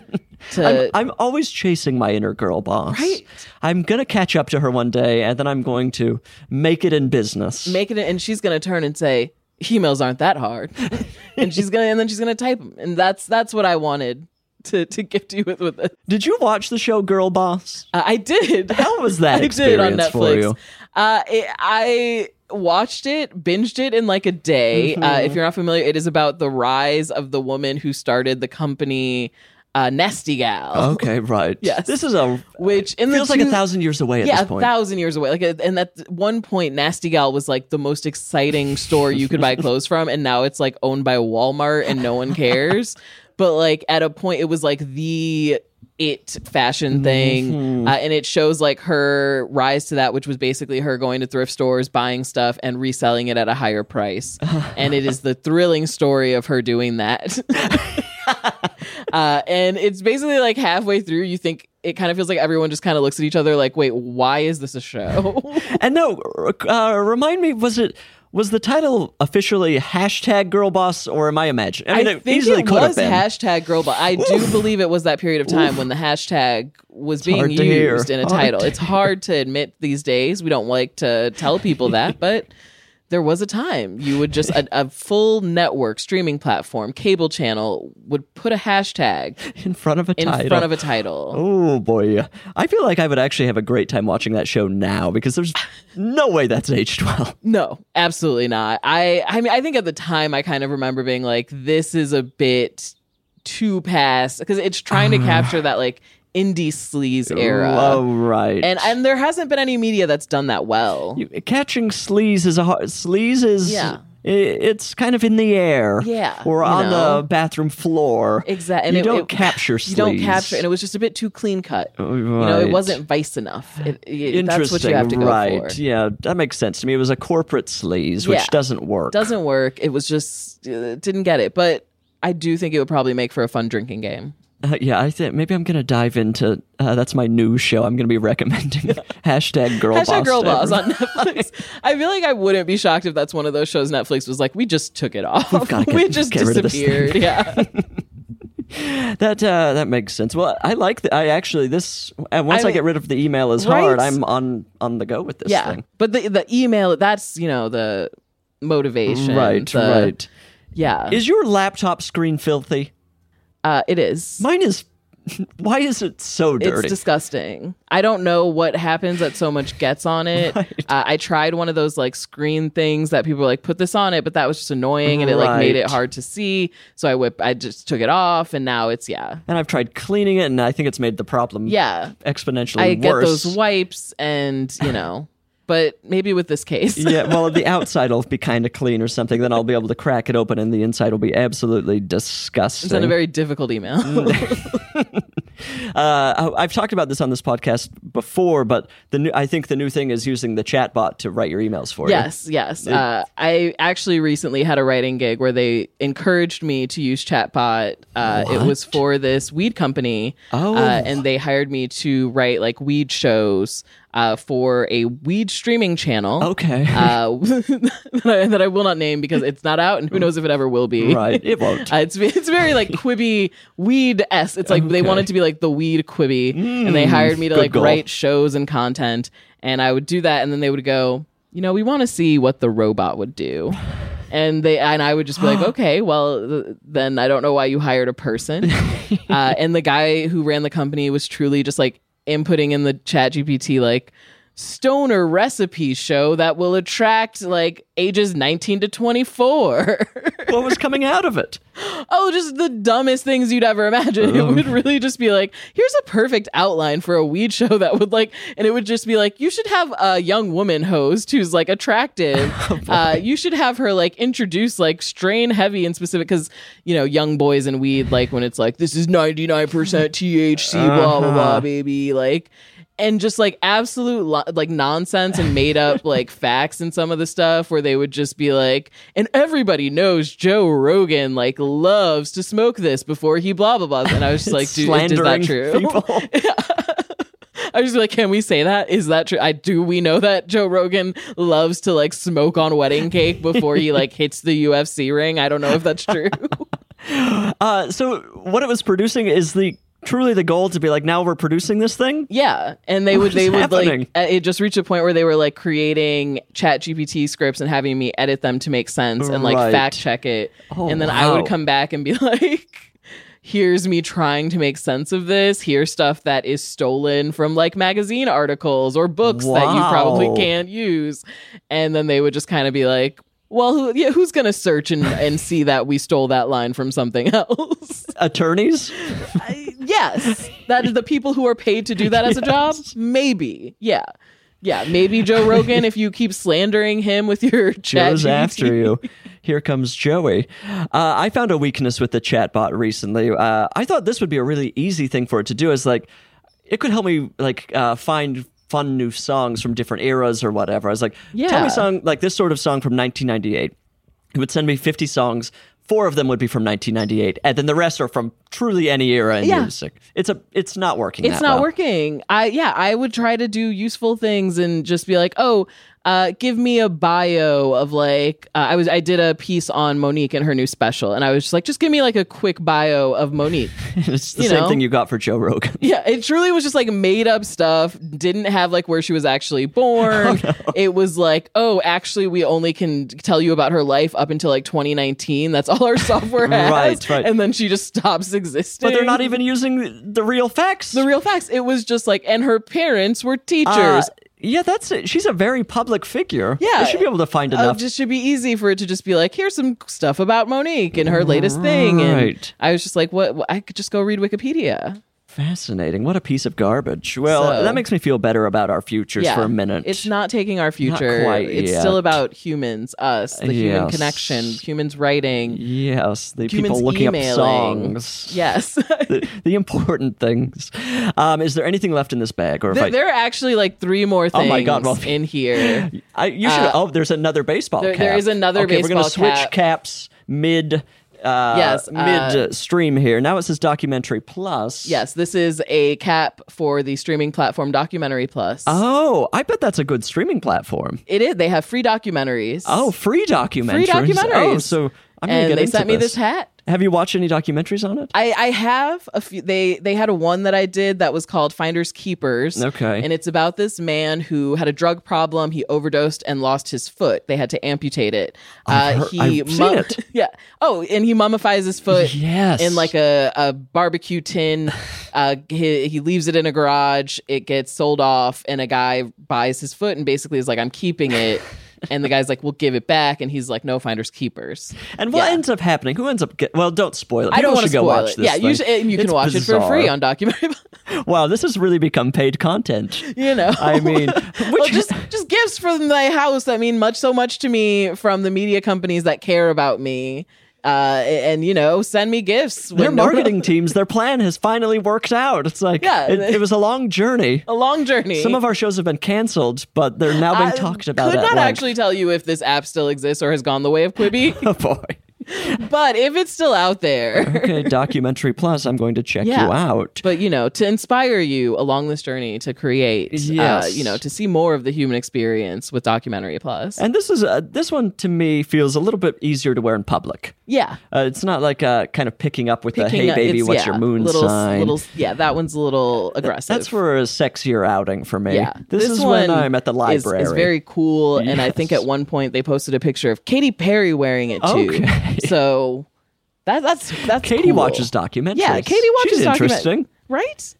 [SPEAKER 3] to
[SPEAKER 2] I'm always chasing my inner girl boss.
[SPEAKER 3] Right?
[SPEAKER 2] I'm gonna catch up to her one day, and then I'm going to make it in business.
[SPEAKER 3] make it, and she's gonna turn and say, "Emails aren't that hard," and she's gonna, and then she's gonna type them, and that's that's what I wanted to to gift you with with this.
[SPEAKER 2] Did you watch the show Girl Boss?
[SPEAKER 3] Uh, I did.
[SPEAKER 2] How was that
[SPEAKER 3] I did on
[SPEAKER 2] experience for
[SPEAKER 3] Netflix.
[SPEAKER 2] you?
[SPEAKER 3] Uh, it, I watched it, binged it in like a day.
[SPEAKER 2] Mm-hmm.
[SPEAKER 3] Uh, if you're not familiar, it is about the rise of the woman who started the company uh, Nasty Gal,
[SPEAKER 2] Okay, right.
[SPEAKER 3] Yes.
[SPEAKER 2] This is a
[SPEAKER 3] which in the
[SPEAKER 2] feels like a
[SPEAKER 3] two-
[SPEAKER 2] thousand years away at
[SPEAKER 3] yeah,
[SPEAKER 2] this
[SPEAKER 3] a
[SPEAKER 2] point.
[SPEAKER 3] thousand years away. Like, uh, and at one point, Nasty Gal was like the most exciting store you could buy clothes from, and now it's like owned by Walmart and no one cares. but like at a point, it was like the it fashion thing,
[SPEAKER 2] Mm-hmm.
[SPEAKER 3] uh, and it shows like her rise to that, which was basically her going to thrift stores, buying stuff, and reselling it at a higher price. and it is the thrilling story of her doing that. Uh, and it's basically like halfway through, you think it kind of feels like everyone just kind of looks at each other like, wait, why is this a show?
[SPEAKER 2] And no, uh, remind me, was it was the title officially hashtag Girl Boss, or am I imagining? I mean, it easily could have
[SPEAKER 3] was
[SPEAKER 2] been.
[SPEAKER 3] hashtag girl, but I do believe it was that period of time when the hashtag was being
[SPEAKER 2] hard to hear.
[SPEAKER 3] used in a
[SPEAKER 2] Hard
[SPEAKER 3] title.
[SPEAKER 2] to
[SPEAKER 3] It's hard to admit these days. We don't like to tell people that, but there was a time you would just a, a full network streaming platform, cable channel would put a hashtag
[SPEAKER 2] in front of a
[SPEAKER 3] in
[SPEAKER 2] title.
[SPEAKER 3] front of a title.
[SPEAKER 2] Oh boy, I feel like I would actually have a great time watching that show now because there's no way that's aged well.
[SPEAKER 3] No, absolutely not. I I mean I think at the time I kind of remember being like this is a bit too past because it's trying to capture that like indie sleaze era.
[SPEAKER 2] Oh right.
[SPEAKER 3] And and there hasn't been any media that's done that well.
[SPEAKER 2] You- catching sleaze is a hard, sleaze is
[SPEAKER 3] Yeah.
[SPEAKER 2] i- it's kind of in the air.
[SPEAKER 3] Yeah,
[SPEAKER 2] Or
[SPEAKER 3] you
[SPEAKER 2] on
[SPEAKER 3] know.
[SPEAKER 2] the bathroom floor.
[SPEAKER 3] Exactly.
[SPEAKER 2] You don't capture sleaze.
[SPEAKER 3] You don't capture and it was just a bit too clean cut.
[SPEAKER 2] Oh,
[SPEAKER 3] You know, it
[SPEAKER 2] right.
[SPEAKER 3] wasn't vice enough. It, it-
[SPEAKER 2] Interesting,
[SPEAKER 3] that's what you have to go
[SPEAKER 2] right?
[SPEAKER 3] for.
[SPEAKER 2] Yeah, that makes sense to me. It was a corporate sleaze, which
[SPEAKER 3] Yeah.
[SPEAKER 2] doesn't work.
[SPEAKER 3] Doesn't work. It was just uh, didn't get it, but I do think it would probably make for a fun drinking game.
[SPEAKER 2] Uh, yeah, I think maybe I'm gonna dive into. Uh, that's my new show. I'm gonna be recommending hashtag girl
[SPEAKER 3] Hashtag
[SPEAKER 2] boss.
[SPEAKER 3] girl
[SPEAKER 2] to
[SPEAKER 3] boss on
[SPEAKER 2] everyone.
[SPEAKER 3] Netflix. I feel like I wouldn't be shocked if that's one of those shows Netflix was like, we just took it off.
[SPEAKER 2] We've gotta get-
[SPEAKER 3] we just
[SPEAKER 2] get rid of this thing.
[SPEAKER 3] disappeared. Yeah.
[SPEAKER 2] That uh, that makes sense. Well, I like. The, I actually this. And once I,
[SPEAKER 3] I-
[SPEAKER 2] get rid of the email is
[SPEAKER 3] Right?
[SPEAKER 2] hard. I'm on on the go with this
[SPEAKER 3] yeah.
[SPEAKER 2] thing.
[SPEAKER 3] But the the email, that's, you know, the motivation.
[SPEAKER 2] Right,
[SPEAKER 3] the-
[SPEAKER 2] right.
[SPEAKER 3] Yeah.
[SPEAKER 2] Is your laptop screen filthy?
[SPEAKER 3] uh, it is.
[SPEAKER 2] Mine is. Why is it so
[SPEAKER 3] it's
[SPEAKER 2] dirty?
[SPEAKER 3] disgusting. I don't know what happens that so much gets on it. Uh, I tried one of those like screen things that people were like, put this on it, but that was just annoying and it like made it
[SPEAKER 2] Right.
[SPEAKER 3] hard to see. So I whip, I just took it off and now it's, yeah.
[SPEAKER 2] and I've tried cleaning it, and I think it's made the problem
[SPEAKER 3] Yeah.
[SPEAKER 2] exponentially
[SPEAKER 3] I get
[SPEAKER 2] worse.
[SPEAKER 3] those wipes and, you know, but maybe with this case.
[SPEAKER 2] yeah, well, the outside will be kind of clean or something. Then I'll be able to crack it open, and the inside will be absolutely disgusting.
[SPEAKER 3] It's in a very difficult email.
[SPEAKER 2] Mm, uh, I- I've talked about this on this podcast before, but the new, I think the new thing is using the chatbot to write your emails for
[SPEAKER 3] yes, yes. Uh, I actually recently had a writing gig where they encouraged me to use Chatbot. Uh, it was for this weed company.
[SPEAKER 2] Oh.
[SPEAKER 3] Uh, and they hired me to write like weed shows uh, for a weed streaming channel.
[SPEAKER 2] you. Okay.
[SPEAKER 3] Uh, that, I, that I will not name because it's not out, and who knows if it ever will be.
[SPEAKER 2] right. It won't.
[SPEAKER 3] Uh, it's it's very like Quibi weed s. It's like they
[SPEAKER 2] Okay. Mm,
[SPEAKER 3] wanted to be like the weed Quibi, and they hired me to
[SPEAKER 2] good
[SPEAKER 3] like
[SPEAKER 2] goal.
[SPEAKER 3] write shows and content, and I would do that, and then they would go, you know, we want to see what the robot would do, and they and I would just be like, okay, well th- then I don't know why you hired a person, uh, and the guy who ran the company was truly just like inputting in the chat GPT like stoner recipe show that will attract like ages 19 to 24
[SPEAKER 2] what was coming out of it?
[SPEAKER 3] oh, just the dumbest things you'd ever imagine. It would really just be like, here's a perfect outline for a weed show that would like, and it would just be like, you should have a young woman host who's like attractive. uh, you should have her like introduce like strain heavy and specific because you know young boys and weed like when it's like this is ninety nine percent THC blah blah blah baby like. And just like absolute lo- like nonsense and made up like facts and some of the stuff where they would just be like, and everybody knows Joe Rogan like loves to smoke this before he blah blah blah. And I was just like, dude, is that
[SPEAKER 2] Slandering
[SPEAKER 3] true?
[SPEAKER 2] people.
[SPEAKER 3] I was like, can we say that? Is that true? I do. We know that Joe Rogan loves to like smoke on wedding cake before he like hits the UFC ring. I don't know if that's true.
[SPEAKER 2] Uh, so what it was producing is the truly the goal to be like now we're producing this thing.
[SPEAKER 3] yeah, and they would
[SPEAKER 2] What
[SPEAKER 3] they
[SPEAKER 2] is
[SPEAKER 3] would
[SPEAKER 2] happening?
[SPEAKER 3] like uh, it just reached a point where they were like creating Chat GPT scripts and having me edit them to make sense and like
[SPEAKER 2] Right.
[SPEAKER 3] fact check it,
[SPEAKER 2] Oh,
[SPEAKER 3] and then I
[SPEAKER 2] wow.
[SPEAKER 3] would come back and be like. Here's me trying to make sense of this. Here's stuff that is stolen from like magazine articles or books that you probably
[SPEAKER 2] Wow.
[SPEAKER 3] can't use. and then they would just kind of be like well who, yeah, who's gonna search and, and see that we stole that line from something else
[SPEAKER 2] Attorneys.
[SPEAKER 3] yes that is the people who are paid to do that as a job maybe yeah yeah maybe joe rogan if you keep slandering him with your chat
[SPEAKER 2] Joe's after you. Here comes Joey. Uh, I found a weakness with the chatbot recently. Uh, I thought this would be a really easy thing for it to do. Is like it could help me like uh, find fun new songs from different eras or whatever. I was like, tell
[SPEAKER 3] Yeah.
[SPEAKER 2] me song like this sort of song from 1998. It would send me 50 songs. Four of them would be from 1998, and then the rest are from truly any era in
[SPEAKER 3] Yeah.
[SPEAKER 2] music. It's a it's not working.
[SPEAKER 3] it's
[SPEAKER 2] that
[SPEAKER 3] not
[SPEAKER 2] well.
[SPEAKER 3] working i yeah i would try to do useful things and just be like oh uh, give me a bio of like uh, i was i did a piece on monique and her new special and i was just like just give me like a quick bio of monique
[SPEAKER 2] it's the
[SPEAKER 3] you
[SPEAKER 2] same
[SPEAKER 3] know?
[SPEAKER 2] thing you got for Joe Rogan.
[SPEAKER 3] Yeah, it truly was just like made up stuff. Didn't have like where she was actually
[SPEAKER 2] Oh,
[SPEAKER 3] born. It was like, oh, actually, we only can tell you about her life up until like 2019. That's all our software has.
[SPEAKER 2] Right, right.
[SPEAKER 3] And then she just stops existing.
[SPEAKER 2] But they're not even using the real facts.
[SPEAKER 3] the real facts. It was just like, and her parents were teachers.
[SPEAKER 2] Uh, yeah, that's it. She's a very public figure.
[SPEAKER 3] Yeah.
[SPEAKER 2] They should be able to find
[SPEAKER 3] Oh,
[SPEAKER 2] enough.
[SPEAKER 3] just should be easy for it to just be like, here's some stuff about Monique and her latest thing. And
[SPEAKER 2] Right.
[SPEAKER 3] I was just like, what? I could just go read Wikipedia.
[SPEAKER 2] Fascinating. What a piece of garbage. Well,
[SPEAKER 3] So-
[SPEAKER 2] that makes me feel better about our futures for a minute.
[SPEAKER 3] It's not taking our future.
[SPEAKER 2] quite
[SPEAKER 3] it's
[SPEAKER 2] yet.
[SPEAKER 3] still about humans, us, the human
[SPEAKER 2] Yes.
[SPEAKER 3] connection, humans writing.
[SPEAKER 2] Yes, the
[SPEAKER 3] Humans
[SPEAKER 2] people looking
[SPEAKER 3] emailing.
[SPEAKER 2] up songs.
[SPEAKER 3] Yes. Th-
[SPEAKER 2] The, the important things. Um, is there anything left in this bag? Or if I,
[SPEAKER 3] there are actually like three more things
[SPEAKER 2] Oh my God, well-
[SPEAKER 3] in here.
[SPEAKER 2] I, you should. oh, there's another baseball
[SPEAKER 3] uh, there-
[SPEAKER 2] cap.
[SPEAKER 3] there is another
[SPEAKER 2] okay, We're
[SPEAKER 3] baseball
[SPEAKER 2] going to switch
[SPEAKER 3] cap.
[SPEAKER 2] caps mid. Uh,
[SPEAKER 3] Yes, uh,
[SPEAKER 2] mid uh, stream here. Now it says documentary plus.
[SPEAKER 3] Yes, this is a cap for the streaming platform Documentary Plus.
[SPEAKER 2] Oh, I bet that's a good streaming platform.
[SPEAKER 3] It is. They have free documentaries.
[SPEAKER 2] Oh, free documentaries. Oh,
[SPEAKER 3] documentaries.
[SPEAKER 2] so I'm gonna
[SPEAKER 3] and
[SPEAKER 2] get
[SPEAKER 3] they
[SPEAKER 2] into
[SPEAKER 3] sent me this hat.
[SPEAKER 2] Have you watched any documentaries on it?
[SPEAKER 3] I, I have a few. They they had a one that I did that was called Finders Keepers.
[SPEAKER 2] Okay.
[SPEAKER 3] and it's about this man who had a drug problem. He overdosed and lost his foot. They had to amputate it. Uh,
[SPEAKER 2] I've heard- I've seen it.
[SPEAKER 3] yeah. Oh, and he mummifies his foot.
[SPEAKER 2] Yes.
[SPEAKER 3] in like a, a barbecue tin. uh, he, he leaves it in a garage. It gets sold off, and a guy buys his foot and basically is like, "I'm keeping it." and the guy's like, "We'll give it back," and he's like, "No, Finders Keepers."
[SPEAKER 2] and what
[SPEAKER 3] yeah.
[SPEAKER 2] ends up happening? Who ends up get? Well, don't spoil it.
[SPEAKER 3] I
[SPEAKER 2] People
[SPEAKER 3] don't want
[SPEAKER 2] should
[SPEAKER 3] to
[SPEAKER 2] go
[SPEAKER 3] spoil
[SPEAKER 2] watch
[SPEAKER 3] it.
[SPEAKER 2] this.
[SPEAKER 3] yeah, you,
[SPEAKER 2] thing.
[SPEAKER 3] should, and you can
[SPEAKER 2] It's
[SPEAKER 3] watch it for
[SPEAKER 2] bizarre.
[SPEAKER 3] free on documentary.
[SPEAKER 2] Wow, this has really become paid content.
[SPEAKER 3] you know,
[SPEAKER 2] I mean,
[SPEAKER 3] Well,
[SPEAKER 2] which
[SPEAKER 3] just just gifts from my house that mean much so much to me from the media companies that care about me, uh, and you know, send me gifts.
[SPEAKER 2] their
[SPEAKER 3] when no-
[SPEAKER 2] marketing teams, their plan has finally worked out. It's like
[SPEAKER 3] Yeah.
[SPEAKER 2] it, it was a long journey.
[SPEAKER 3] a long journey.
[SPEAKER 2] Some of our shows have been canceled, but they're now being
[SPEAKER 3] I
[SPEAKER 2] talked about.
[SPEAKER 3] Could
[SPEAKER 2] at
[SPEAKER 3] not
[SPEAKER 2] length.
[SPEAKER 3] actually tell you if this app still exists or has gone the way of Quibi,
[SPEAKER 2] Oh boy.
[SPEAKER 3] but if it's still out there.
[SPEAKER 2] Okay, documentary plus. I'm going to check
[SPEAKER 3] Yeah.
[SPEAKER 2] you out.
[SPEAKER 3] But you know, to inspire you along this journey to create, uh,
[SPEAKER 2] Yes.
[SPEAKER 3] you know, to see more of the human experience with Documentary Plus.
[SPEAKER 2] And this is uh this one to me feels a little bit easier to wear in public.
[SPEAKER 3] yeah,
[SPEAKER 2] Uh, it's not like uh, kind of picking up with
[SPEAKER 3] Picking
[SPEAKER 2] the hey
[SPEAKER 3] up-
[SPEAKER 2] baby,
[SPEAKER 3] it's-
[SPEAKER 2] what's
[SPEAKER 3] yeah,
[SPEAKER 2] your moon
[SPEAKER 3] little,
[SPEAKER 2] sign?
[SPEAKER 3] Little, yeah, that one's a little aggressive.
[SPEAKER 2] That's for a sexier outing for me.
[SPEAKER 3] yeah.
[SPEAKER 2] This, is when
[SPEAKER 3] one
[SPEAKER 2] I'm at the
[SPEAKER 3] is-
[SPEAKER 2] library.
[SPEAKER 3] Is, very cool, and I think
[SPEAKER 2] Yes.
[SPEAKER 3] at one point they posted a picture of Katy Perry wearing it too.
[SPEAKER 2] Okay.
[SPEAKER 3] So that, that's that's
[SPEAKER 2] Katie
[SPEAKER 3] cool.
[SPEAKER 2] watches documentaries.
[SPEAKER 3] Yeah, Katie watches
[SPEAKER 2] She's
[SPEAKER 3] document-
[SPEAKER 2] interesting.
[SPEAKER 3] right?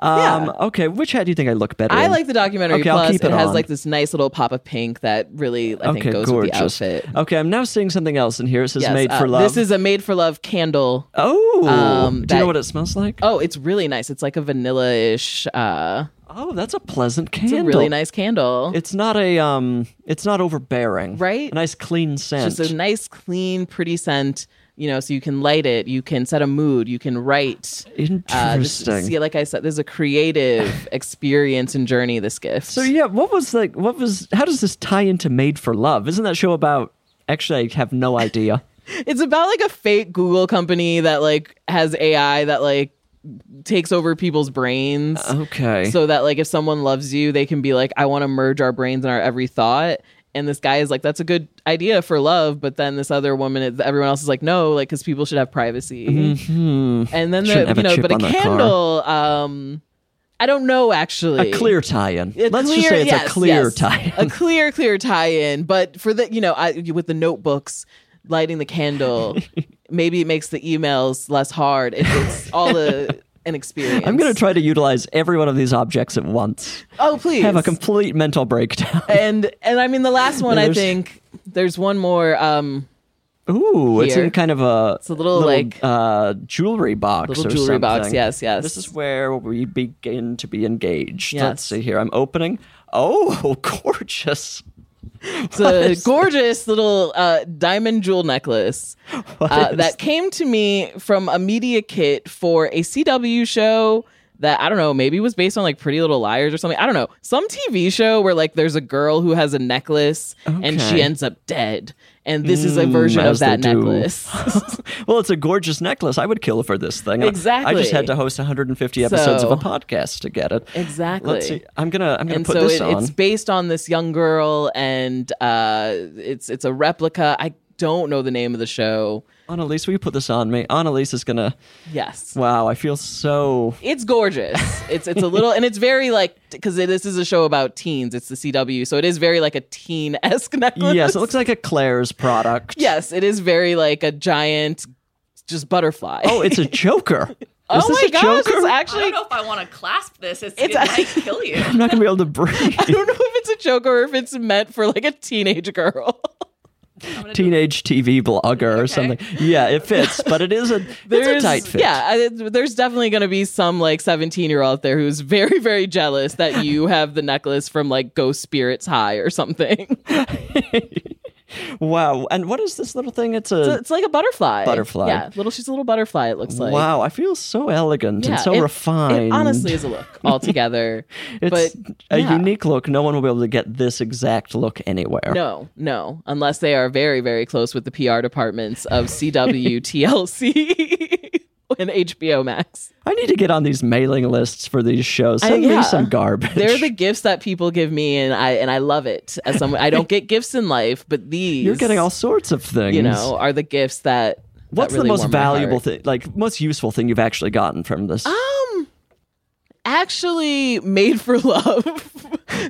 [SPEAKER 2] Um, Okay, which hat do you think I look better?
[SPEAKER 3] I
[SPEAKER 2] in?
[SPEAKER 3] like the documentary
[SPEAKER 2] Okay, I'll
[SPEAKER 3] plus.
[SPEAKER 2] keep
[SPEAKER 3] it,
[SPEAKER 2] it
[SPEAKER 3] has
[SPEAKER 2] on.
[SPEAKER 3] like this nice little pop of pink that really I think goes with the outfit.
[SPEAKER 2] Okay, I'm now seeing something else in here. It says
[SPEAKER 3] Yes,
[SPEAKER 2] made
[SPEAKER 3] uh,
[SPEAKER 2] for love.
[SPEAKER 3] This is a made for love candle.
[SPEAKER 2] oh,
[SPEAKER 3] um,
[SPEAKER 2] do you
[SPEAKER 3] that-
[SPEAKER 2] know what it smells like?
[SPEAKER 3] Oh, it's really nice. It's like a vanilla-ish uh
[SPEAKER 2] Oh, that's a pleasant
[SPEAKER 3] it's
[SPEAKER 2] candle.
[SPEAKER 3] a really nice candle.
[SPEAKER 2] It's not a um. It's not overbearing.
[SPEAKER 3] Right?
[SPEAKER 2] A nice clean scent.
[SPEAKER 3] It's just a nice, clean, pretty scent. You know, so you can light it, you can set a mood, you can write. Uh, just
[SPEAKER 2] Interesting.
[SPEAKER 3] see, like I said, there's a creative experience and journey. This gift.
[SPEAKER 2] so yeah, what was like? What was? How does this tie into Made for Love? Isn't that show about? Actually, I have no idea.
[SPEAKER 3] it's about like a fake Google company that like has AI that like takes over people's brains.
[SPEAKER 2] Uh-huh. okay.
[SPEAKER 3] So that like if someone loves you, they can be like, I want to merge our brains and our every thought. And this guy is like, that's a good idea for love, but then this other woman, everyone else is like, no, like because people should have privacy. And then
[SPEAKER 2] Mm-hmm. Shouldn't
[SPEAKER 3] the,
[SPEAKER 2] have
[SPEAKER 3] you
[SPEAKER 2] a
[SPEAKER 3] know,
[SPEAKER 2] chip
[SPEAKER 3] but a
[SPEAKER 2] on their car.
[SPEAKER 3] candle. Um, I don't know actually.
[SPEAKER 2] a clear tie-in.
[SPEAKER 3] A
[SPEAKER 2] Let's
[SPEAKER 3] clear-
[SPEAKER 2] just say it's
[SPEAKER 3] yes,
[SPEAKER 2] a clear
[SPEAKER 3] yes.
[SPEAKER 2] tie-in.
[SPEAKER 3] A clear, clear tie-in. But for the, you know, I, with the notebooks, lighting the candle, maybe it makes the emails less hard. It, it's all a, an experience.
[SPEAKER 2] I'm going to try to utilize every one of these objects at once.
[SPEAKER 3] Oh, please
[SPEAKER 2] Have a complete mental breakdown.
[SPEAKER 3] and and I mean the last one I
[SPEAKER 2] there's-
[SPEAKER 3] think there's one more um
[SPEAKER 2] Ooh, it's
[SPEAKER 3] Here.
[SPEAKER 2] in kind of a
[SPEAKER 3] It's a little, like-
[SPEAKER 2] uh, jewelry box.
[SPEAKER 3] little
[SPEAKER 2] or
[SPEAKER 3] jewelry box.
[SPEAKER 2] something.
[SPEAKER 3] Yes, yes.
[SPEAKER 2] This is where we begin to be engaged.
[SPEAKER 3] Yes.
[SPEAKER 2] Let's see here. I'm opening. Oh, gorgeous!
[SPEAKER 3] it's a gorgeous little uh diamond jewel necklace uh,
[SPEAKER 2] is
[SPEAKER 3] that came to me from a media kit for a CW show that I don't know, maybe was based on like Pretty Little Liars or something. I don't know. Some TV show where like there's a girl who has a necklace and she
[SPEAKER 2] Okay. Mm,
[SPEAKER 3] ends up dead. And this is a version of
[SPEAKER 2] as they
[SPEAKER 3] that
[SPEAKER 2] do.
[SPEAKER 3] necklace.
[SPEAKER 2] Well, it's a gorgeous necklace. I would kill for this thing. And I- I
[SPEAKER 3] Exactly.
[SPEAKER 2] just had to host 150 episodes
[SPEAKER 3] So-
[SPEAKER 2] of a podcast to get it.
[SPEAKER 3] Exactly.
[SPEAKER 2] Let's see. I'm gonna. I'm gonna
[SPEAKER 3] and
[SPEAKER 2] put
[SPEAKER 3] so
[SPEAKER 2] this
[SPEAKER 3] it,
[SPEAKER 2] on.
[SPEAKER 3] it's based on this young girl and uh it's it's a replica i don't know the name of the show
[SPEAKER 2] Annalise, will you put this on me? Annalise is gonna.
[SPEAKER 3] yes
[SPEAKER 2] Wow, I feel so.
[SPEAKER 3] it's gorgeous it's it's a little and it's very like because this is a show about teens it's the cw so it is very like a teen-esque necklace
[SPEAKER 2] Yes, it looks like a Claire's product.
[SPEAKER 3] yes it is very like a giant just butterfly
[SPEAKER 2] Oh, it's a Joker.
[SPEAKER 3] Oh
[SPEAKER 2] is this
[SPEAKER 3] my
[SPEAKER 2] a
[SPEAKER 3] gosh
[SPEAKER 2] Joker?
[SPEAKER 3] it's
[SPEAKER 5] I don't
[SPEAKER 3] actually
[SPEAKER 5] know if I want to clasp this. It's,
[SPEAKER 3] It's
[SPEAKER 5] it
[SPEAKER 3] actually-
[SPEAKER 5] might kill you.
[SPEAKER 2] I'm not gonna be able to breathe.
[SPEAKER 3] I don't know if it's a joke or if it's meant for like a teenage girl.
[SPEAKER 2] teenage TV blogger or something. Yeah, it fits, but it is a it's a tight fit.
[SPEAKER 3] Yeah, I, there's definitely going to be some like 17 year old out there who's very, very jealous that you have the necklace from like Ghost Spirits High or something.
[SPEAKER 2] Wow. And what is this little thing? It's a
[SPEAKER 3] It's like a butterfly.
[SPEAKER 2] Butterfly.
[SPEAKER 3] Yeah, little. She's a little butterfly. It looks like.
[SPEAKER 2] wow. I feel so elegant
[SPEAKER 3] Yeah,
[SPEAKER 2] and so
[SPEAKER 3] it-
[SPEAKER 2] refined.
[SPEAKER 3] It honestly is a look altogether.
[SPEAKER 2] it's
[SPEAKER 3] but
[SPEAKER 2] a
[SPEAKER 3] yeah.
[SPEAKER 2] unique look. No one will be able to get this exact look anywhere.
[SPEAKER 3] No, no, unless they are very, very close with the PR departments of CW, TLC, and HBO Max.
[SPEAKER 2] I need to get on these mailing lists for these shows.
[SPEAKER 3] I-
[SPEAKER 2] Send
[SPEAKER 3] yeah.
[SPEAKER 2] me some garbage.
[SPEAKER 3] They're the gifts that people give me, and I and I love it. As someone, I don't get gifts in life, but these
[SPEAKER 2] You're getting all sorts of things.
[SPEAKER 3] you know, are the gifts that. that
[SPEAKER 2] What's
[SPEAKER 3] really
[SPEAKER 2] the most
[SPEAKER 3] warm my
[SPEAKER 2] valuable
[SPEAKER 3] heart.
[SPEAKER 2] thing, like most useful thing you've actually gotten from this?
[SPEAKER 3] Um, actually, Made for Love.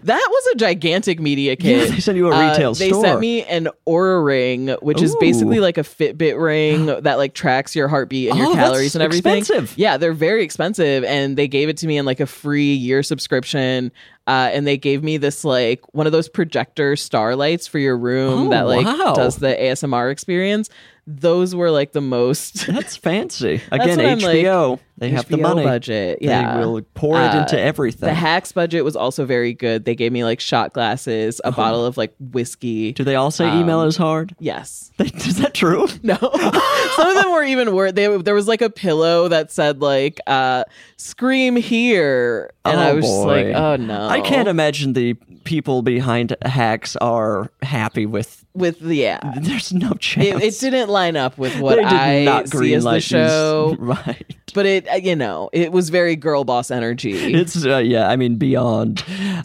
[SPEAKER 3] that was a gigantic media kit. Uh,
[SPEAKER 2] Yeah, they sent you a retail
[SPEAKER 3] they
[SPEAKER 2] store.
[SPEAKER 3] sent me an Aura ring, which is
[SPEAKER 2] Ooh.
[SPEAKER 3] basically like a Fitbit ring that like tracks your heartbeat and
[SPEAKER 2] Oh,
[SPEAKER 3] your
[SPEAKER 2] that's
[SPEAKER 3] calories and everything.
[SPEAKER 2] expensive.
[SPEAKER 3] Yeah, they're very expensive, and they gave it to me in like a free year subscription. Uh, and they gave me this like one of those projector starlights for your room
[SPEAKER 2] Oh,
[SPEAKER 3] that like
[SPEAKER 2] wow.
[SPEAKER 3] does the ASMR experience. Those were like the most
[SPEAKER 2] That's fancy. Again,
[SPEAKER 3] what I'm like.
[SPEAKER 2] HBO. they have the
[SPEAKER 3] HBO
[SPEAKER 2] money.
[SPEAKER 3] budget. Yeah,
[SPEAKER 2] They will pour it
[SPEAKER 3] Uh,
[SPEAKER 2] into everything.
[SPEAKER 3] The hacks budget was also very good. They gave me like shot glasses, a bottle of like whiskey.
[SPEAKER 2] Do Uh-huh. they all say email
[SPEAKER 3] um,
[SPEAKER 2] is hard?
[SPEAKER 3] yes.
[SPEAKER 2] Is that true?
[SPEAKER 3] No. Some of them were even worse. They, there was like a pillow that said like uh scream here and
[SPEAKER 2] Oh,
[SPEAKER 3] I was just like,
[SPEAKER 2] boy.
[SPEAKER 3] "Oh no."
[SPEAKER 2] I can't imagine the people behind hacks are happy with.
[SPEAKER 3] with the yeah.
[SPEAKER 2] There's no
[SPEAKER 3] It,
[SPEAKER 2] chance.
[SPEAKER 3] it didn't line up with what
[SPEAKER 2] they did
[SPEAKER 3] I
[SPEAKER 2] not
[SPEAKER 3] see
[SPEAKER 2] green
[SPEAKER 3] as the show,
[SPEAKER 2] right?
[SPEAKER 3] but it uh, you know it was very girl boss energy.
[SPEAKER 2] It's uh, yeah. I mean beyond. Uh,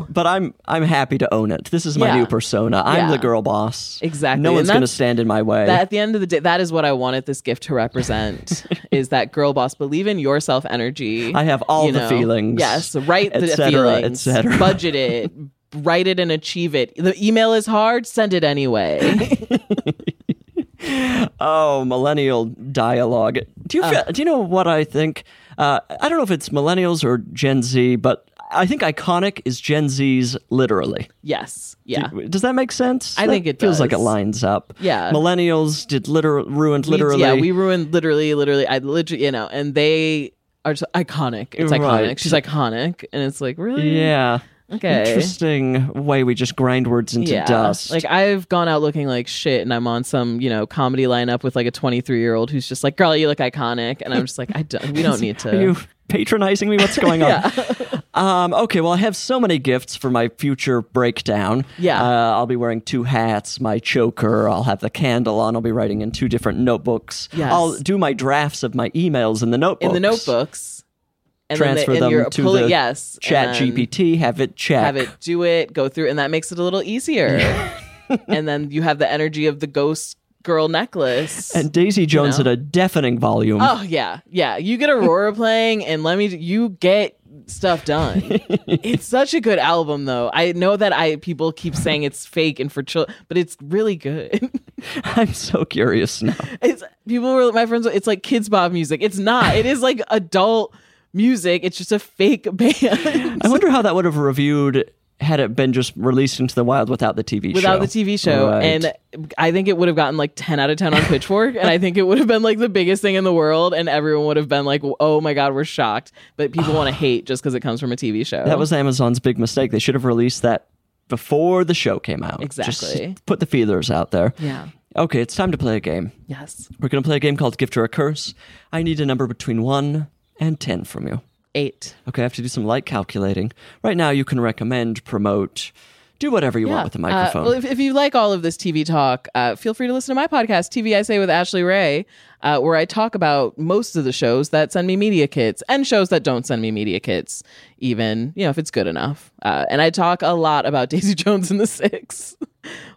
[SPEAKER 3] So-
[SPEAKER 2] but I'm I'm happy to own it. This is my
[SPEAKER 3] Yeah.
[SPEAKER 2] new persona. I'm
[SPEAKER 3] Yeah.
[SPEAKER 2] the girl boss.
[SPEAKER 3] Exactly.
[SPEAKER 2] No
[SPEAKER 3] And
[SPEAKER 2] one's going to
[SPEAKER 3] that's-
[SPEAKER 2] stand in my way.
[SPEAKER 3] that at the end of the day that is what i wanted this gift to represent is that girl boss believe in yourself energy
[SPEAKER 2] I have all
[SPEAKER 3] you
[SPEAKER 2] the
[SPEAKER 3] know.
[SPEAKER 2] feelings.
[SPEAKER 3] yes write
[SPEAKER 2] et
[SPEAKER 3] the
[SPEAKER 2] cetera, et
[SPEAKER 3] feelings
[SPEAKER 2] cetera.
[SPEAKER 3] budget it write it and achieve it the email is hard send it anyway Uh.
[SPEAKER 2] Oh, millennial dialogue. Do you feel, do you know what I think? Uh, I don't know if it's millennials or Gen Z, but I think iconic is Gen Z's literally.
[SPEAKER 3] Yes. Yeah.
[SPEAKER 2] Does that make sense?
[SPEAKER 3] I
[SPEAKER 2] That
[SPEAKER 3] think it
[SPEAKER 2] feels like it
[SPEAKER 3] does.
[SPEAKER 2] lines up.
[SPEAKER 3] Yeah.
[SPEAKER 2] Millennials did liter- ruined
[SPEAKER 3] We-
[SPEAKER 2] literally.
[SPEAKER 3] yeah, we ruined literally, literally. I literally, you know, and they are just iconic. It's iconic.
[SPEAKER 2] Right.
[SPEAKER 3] She's iconic, and it's like really,
[SPEAKER 2] Yeah.
[SPEAKER 3] okay,
[SPEAKER 2] Interesting way we just grind words into
[SPEAKER 3] yeah.
[SPEAKER 2] dust.
[SPEAKER 3] Like I've gone out looking like shit, and I'm on some, you know, comedy lineup with like a 23 year old who's just like, "Girl, you look iconic," and I'm just like, "I don't. We don't need to."
[SPEAKER 2] Are you patronizing me? What's going on? um, okay, well, I have so many gifts for my future breakdown.
[SPEAKER 3] Yeah.
[SPEAKER 2] Uh, I'll be wearing two hats, my choker, I'll have the candle on, I'll be writing in two different notebooks.
[SPEAKER 3] Yes.
[SPEAKER 2] I'll do my drafts of my emails in the notebooks.
[SPEAKER 3] in the notebooks, and
[SPEAKER 2] Transfer
[SPEAKER 3] then they,
[SPEAKER 2] them
[SPEAKER 3] and you're
[SPEAKER 2] to
[SPEAKER 3] pulling,
[SPEAKER 2] the
[SPEAKER 3] yes,
[SPEAKER 2] Chat
[SPEAKER 3] and
[SPEAKER 2] GPT, have it check.
[SPEAKER 3] have it do it, go through, and that makes it a little easier. and then you have the energy of the ghost girl necklace
[SPEAKER 2] And Daisy Jones
[SPEAKER 3] know?
[SPEAKER 2] at a deafening volume.
[SPEAKER 3] Oh yeah, yeah. You get Aurora playing, and let me. You get stuff done. it's such a good album, though. I know that I people keep saying it's fake and for children, but it's really good.
[SPEAKER 2] I'm so curious now.
[SPEAKER 3] it's people were my friends. were- It's like kids Bob music. It's not. It is like adult music. It's just a fake band
[SPEAKER 2] I wonder how that would have reviewed had it been just released into the wild without the TV show.
[SPEAKER 3] without the TV show.
[SPEAKER 2] Right.
[SPEAKER 3] And I think it would have gotten like ten out of ten on Pitchfork, and I think it would have been like the biggest thing in the world, and everyone would have been like, "Oh my god, we're shocked." But people want to hate just because it comes from a TV show.
[SPEAKER 2] That was Amazon's big mistake. They should have released that before the show came out.
[SPEAKER 3] Exactly.
[SPEAKER 2] Just put the feelers out there.
[SPEAKER 3] yeah.
[SPEAKER 2] Okay, it's time to play a game.
[SPEAKER 3] Yes.
[SPEAKER 2] We're going to play a game called Gift or a Curse. I need a number between 1 and 10 from you.
[SPEAKER 3] Eight.
[SPEAKER 2] Okay, I have to do some light calculating. Right now, you can recommend, promote, do whatever you want with the
[SPEAKER 3] Uh,
[SPEAKER 2] microphone.
[SPEAKER 3] well, if, if you like all of this TV talk, uh, feel free to listen to my podcast, TV I Say with Ashley Ray, uh, where I talk about most of the shows that send me media kits and shows that don't send me media kits, even you know if it's good enough. Uh, and I talk a lot about Daisy Jones and the Six,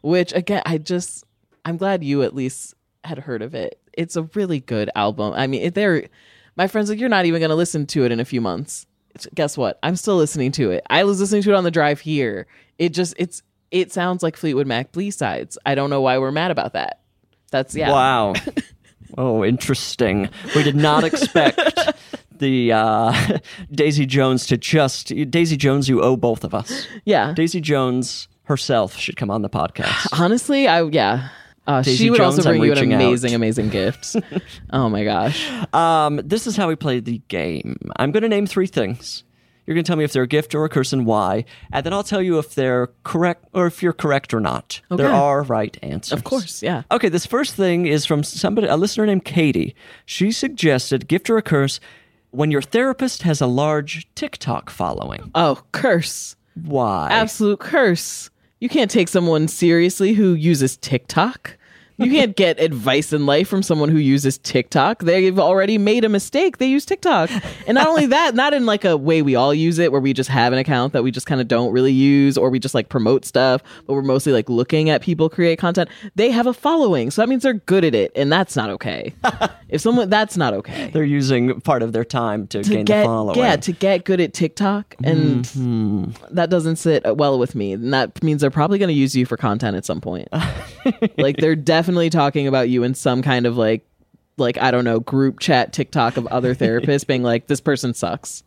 [SPEAKER 3] which again, I just I'm glad you at least had heard of it. It's a really good album. I mean, it- they're my friends like you're not even going to listen to it in a few months. It's- Guess what? I'm still listening to it. I was listening to it on the drive here. It just it's it sounds like Fleetwood Mac B sides. I don't know why we're mad about that. That's yeah.
[SPEAKER 2] Wow. oh, interesting. We did not expect the uh, Daisy Jones to just Daisy Jones. You owe both of us.
[SPEAKER 3] Yeah.
[SPEAKER 2] Daisy Jones herself should come on the podcast.
[SPEAKER 3] Honestly, I yeah. Uh,
[SPEAKER 2] Daisy
[SPEAKER 3] she would
[SPEAKER 2] Jones,
[SPEAKER 3] also bring
[SPEAKER 2] I'm
[SPEAKER 3] you an
[SPEAKER 2] reaching out.
[SPEAKER 3] amazing, amazing gift. oh my gosh.
[SPEAKER 2] Um, this is how we play the game. I'm going to name three things. You're going to tell me if they're a gift or a curse and why, and then I'll tell you if they're correct or if you're correct or not. There
[SPEAKER 3] Okay.
[SPEAKER 2] are right answers.
[SPEAKER 3] Of course, yeah.
[SPEAKER 2] Okay, this first thing is from somebody, a listener named Katie. She suggested gift or a curse when your therapist has a large TikTok following.
[SPEAKER 3] Oh, curse.
[SPEAKER 2] Why?
[SPEAKER 3] Absolute curse. You can't take someone seriously who uses TikTok. You can't get advice in life from someone who uses TikTok. They've already made a mistake. They use TikTok. And not only that, not in like a way we all use it where we just have an account that we just kind of don't really use or we just like promote stuff, but we're mostly like looking at people create content. They have a following. So that means they're good at it. And that's not okay. if someone, that's not okay
[SPEAKER 2] They're using part of their time to,
[SPEAKER 3] to
[SPEAKER 2] gain
[SPEAKER 3] get
[SPEAKER 2] the following. Mm-hmm.
[SPEAKER 3] yeah to get good at TikTok, and that doesn't sit well with me. And that means they're probably going to use you for content at some point. like they're definitely talking about you in some kind of like like I don't know group chat TikTok of other therapists being like this person sucks.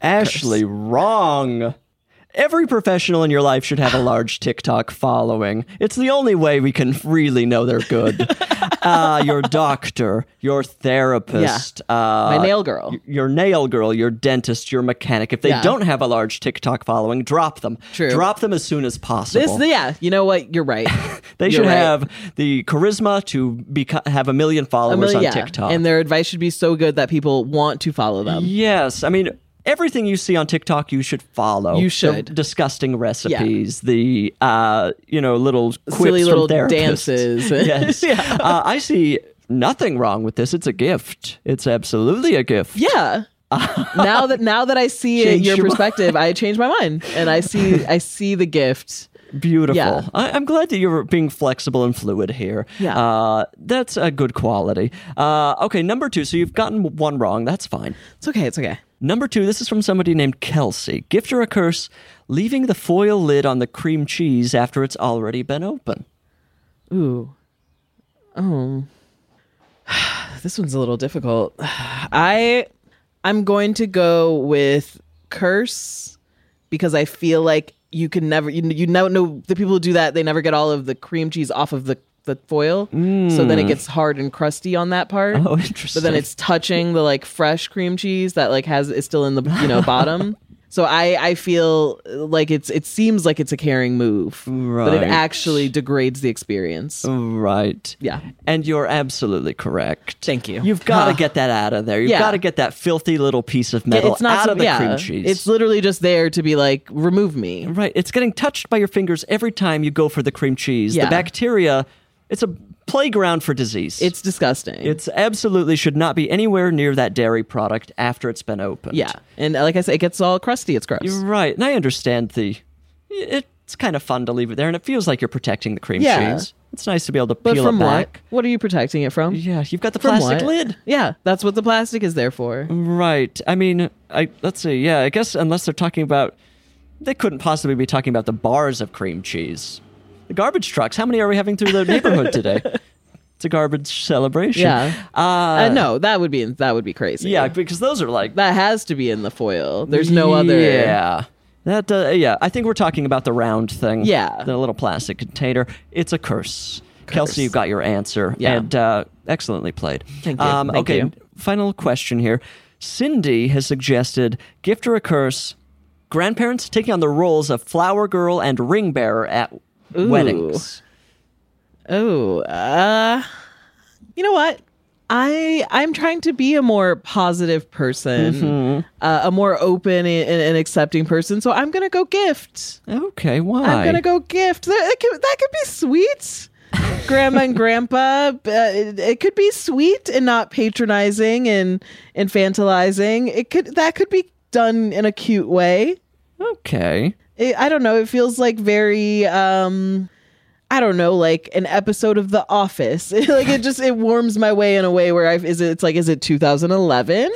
[SPEAKER 2] Ashley, wrong. Every professional in your life should have a large TikTok following. It's the only way we can really know they're good. uh, your doctor, your therapist, uh,
[SPEAKER 3] My nail girl.
[SPEAKER 2] your nail girl, your dentist, your mechanic. If they
[SPEAKER 3] Yeah.
[SPEAKER 2] don't have a large TikTok following, drop them.
[SPEAKER 3] True.
[SPEAKER 2] Drop them as soon as
[SPEAKER 3] This
[SPEAKER 2] possible.
[SPEAKER 3] yeah, you know what? You're right.
[SPEAKER 2] they
[SPEAKER 3] you're
[SPEAKER 2] should
[SPEAKER 3] right.
[SPEAKER 2] have the charisma to beco- have a million followers
[SPEAKER 3] Really,
[SPEAKER 2] on
[SPEAKER 3] yeah.
[SPEAKER 2] TikTok.
[SPEAKER 3] and their advice should be so good that people want to follow them.
[SPEAKER 2] Yes, I mean everything you see on TikTok, you should follow.
[SPEAKER 3] You
[SPEAKER 2] The
[SPEAKER 3] should.
[SPEAKER 2] disgusting recipes, the uh, you know little quips
[SPEAKER 3] Silly little
[SPEAKER 2] from therapists.
[SPEAKER 3] dances.
[SPEAKER 2] yes, uh, I see nothing wrong with this. It's a gift. It's absolutely a gift.
[SPEAKER 3] Yeah. now that now that I see it,
[SPEAKER 2] Changed
[SPEAKER 3] your
[SPEAKER 2] your mind.
[SPEAKER 3] perspective, I change my mind and I see I see the gift.
[SPEAKER 2] Beautiful.
[SPEAKER 3] Yeah.
[SPEAKER 2] I, I'm glad that you're being flexible and fluid here.
[SPEAKER 3] Yeah.
[SPEAKER 2] Uh, that's a good quality. Uh, okay, number two. So you've gotten one wrong. That's fine.
[SPEAKER 3] It's okay. It's okay.
[SPEAKER 2] Number two, this is from somebody named Kelsey. Gift or a curse, leaving the foil lid on the cream cheese after it's already been open.
[SPEAKER 3] Ooh. Um, Oh. This one's a little difficult. I I'm going to go with curse because I feel like you can never you, you never know the people who do that they never get all of the cream cheese off of the the foil so then it gets hard and crusty on that part
[SPEAKER 2] Mm. Oh, interesting.
[SPEAKER 3] but then it's touching the like fresh cream cheese that like has is still in the you know bottom so i i feel like it's it seems like it's a caring move but
[SPEAKER 2] Right.
[SPEAKER 3] it actually degrades the experience
[SPEAKER 2] right.
[SPEAKER 3] yeah
[SPEAKER 2] And you're absolutely correct.
[SPEAKER 3] Thank you.
[SPEAKER 2] You've got to
[SPEAKER 3] Huh.
[SPEAKER 2] get that out of there. You've
[SPEAKER 3] Yeah.
[SPEAKER 2] got to get that filthy little piece of metal
[SPEAKER 3] it's not
[SPEAKER 2] out of
[SPEAKER 3] some-
[SPEAKER 2] the
[SPEAKER 3] yeah,
[SPEAKER 2] cream cheese.
[SPEAKER 3] it's literally just there to be like remove me
[SPEAKER 2] Right. It's getting touched by your fingers every time you go for the cream cheese.
[SPEAKER 3] Yeah.
[SPEAKER 2] The bacteria, it's a playground for disease.
[SPEAKER 3] it's disgusting
[SPEAKER 2] it's absolutely should not be anywhere near that dairy product after it's been opened.
[SPEAKER 3] yeah and uh, like i said it gets all crusty it's gross
[SPEAKER 2] You're right. And I understand the it's kind of fun to leave it there and it feels like you're protecting the cream
[SPEAKER 3] Yeah.
[SPEAKER 2] cheese. It's nice to be able to
[SPEAKER 3] but
[SPEAKER 2] peel
[SPEAKER 3] from
[SPEAKER 2] it back.
[SPEAKER 3] what what are you protecting it from
[SPEAKER 2] Yeah, you've got the
[SPEAKER 3] From
[SPEAKER 2] plastic
[SPEAKER 3] what?
[SPEAKER 2] lid. Mm,
[SPEAKER 3] yeah that's what the plastic is there for
[SPEAKER 2] Right. I mean, I let's see. Yeah, I guess unless they're talking about they couldn't possibly be talking about the bars of cream cheese. The garbage trucks. How many are we having through the neighborhood today? It's a garbage celebration.
[SPEAKER 3] Yeah.
[SPEAKER 2] Uh,
[SPEAKER 3] uh, no that would be that would be crazy
[SPEAKER 2] Yeah, because those are like
[SPEAKER 3] that has to be in the foil. There's no other.
[SPEAKER 2] Yeah. That uh, yeah, I think we're talking about the round thing.
[SPEAKER 3] Yeah.
[SPEAKER 2] The little plastic container. It's a curse. Kelsey, you got your answer.
[SPEAKER 3] Yeah.
[SPEAKER 2] And uh, excellently played. Um,
[SPEAKER 3] Thank you. Thank
[SPEAKER 2] okay,
[SPEAKER 3] you.
[SPEAKER 2] final question here. Cindy has suggested gift or a curse, grandparents taking on the roles of flower girl and ring bearer at weddings.
[SPEAKER 3] Oh, uh, you know what? I I'm trying to be a more positive person, uh, a more open and, and accepting person. So I'm gonna go gift.
[SPEAKER 2] Okay, why?
[SPEAKER 3] I'm gonna go gift. That, that, could, that could be sweet. Grandma and grandpa. Uh, it, it could be sweet and not patronizing and infantilizing. It could that could be done in a cute way.
[SPEAKER 2] Okay.
[SPEAKER 3] it, I don't know. It feels like very, um, I don't know, like an episode of The Office. like it just it warms my way in a way where I is it, it's like is it 2011?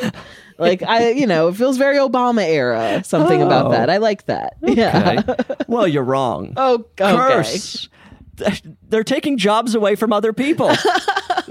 [SPEAKER 3] Like I, you know, it feels very Obama era. Something
[SPEAKER 2] Oh.
[SPEAKER 3] about that. I like that. Yeah.
[SPEAKER 2] Okay. well, you're wrong.
[SPEAKER 3] Oh, okay.
[SPEAKER 2] curse. They're taking jobs away from other people.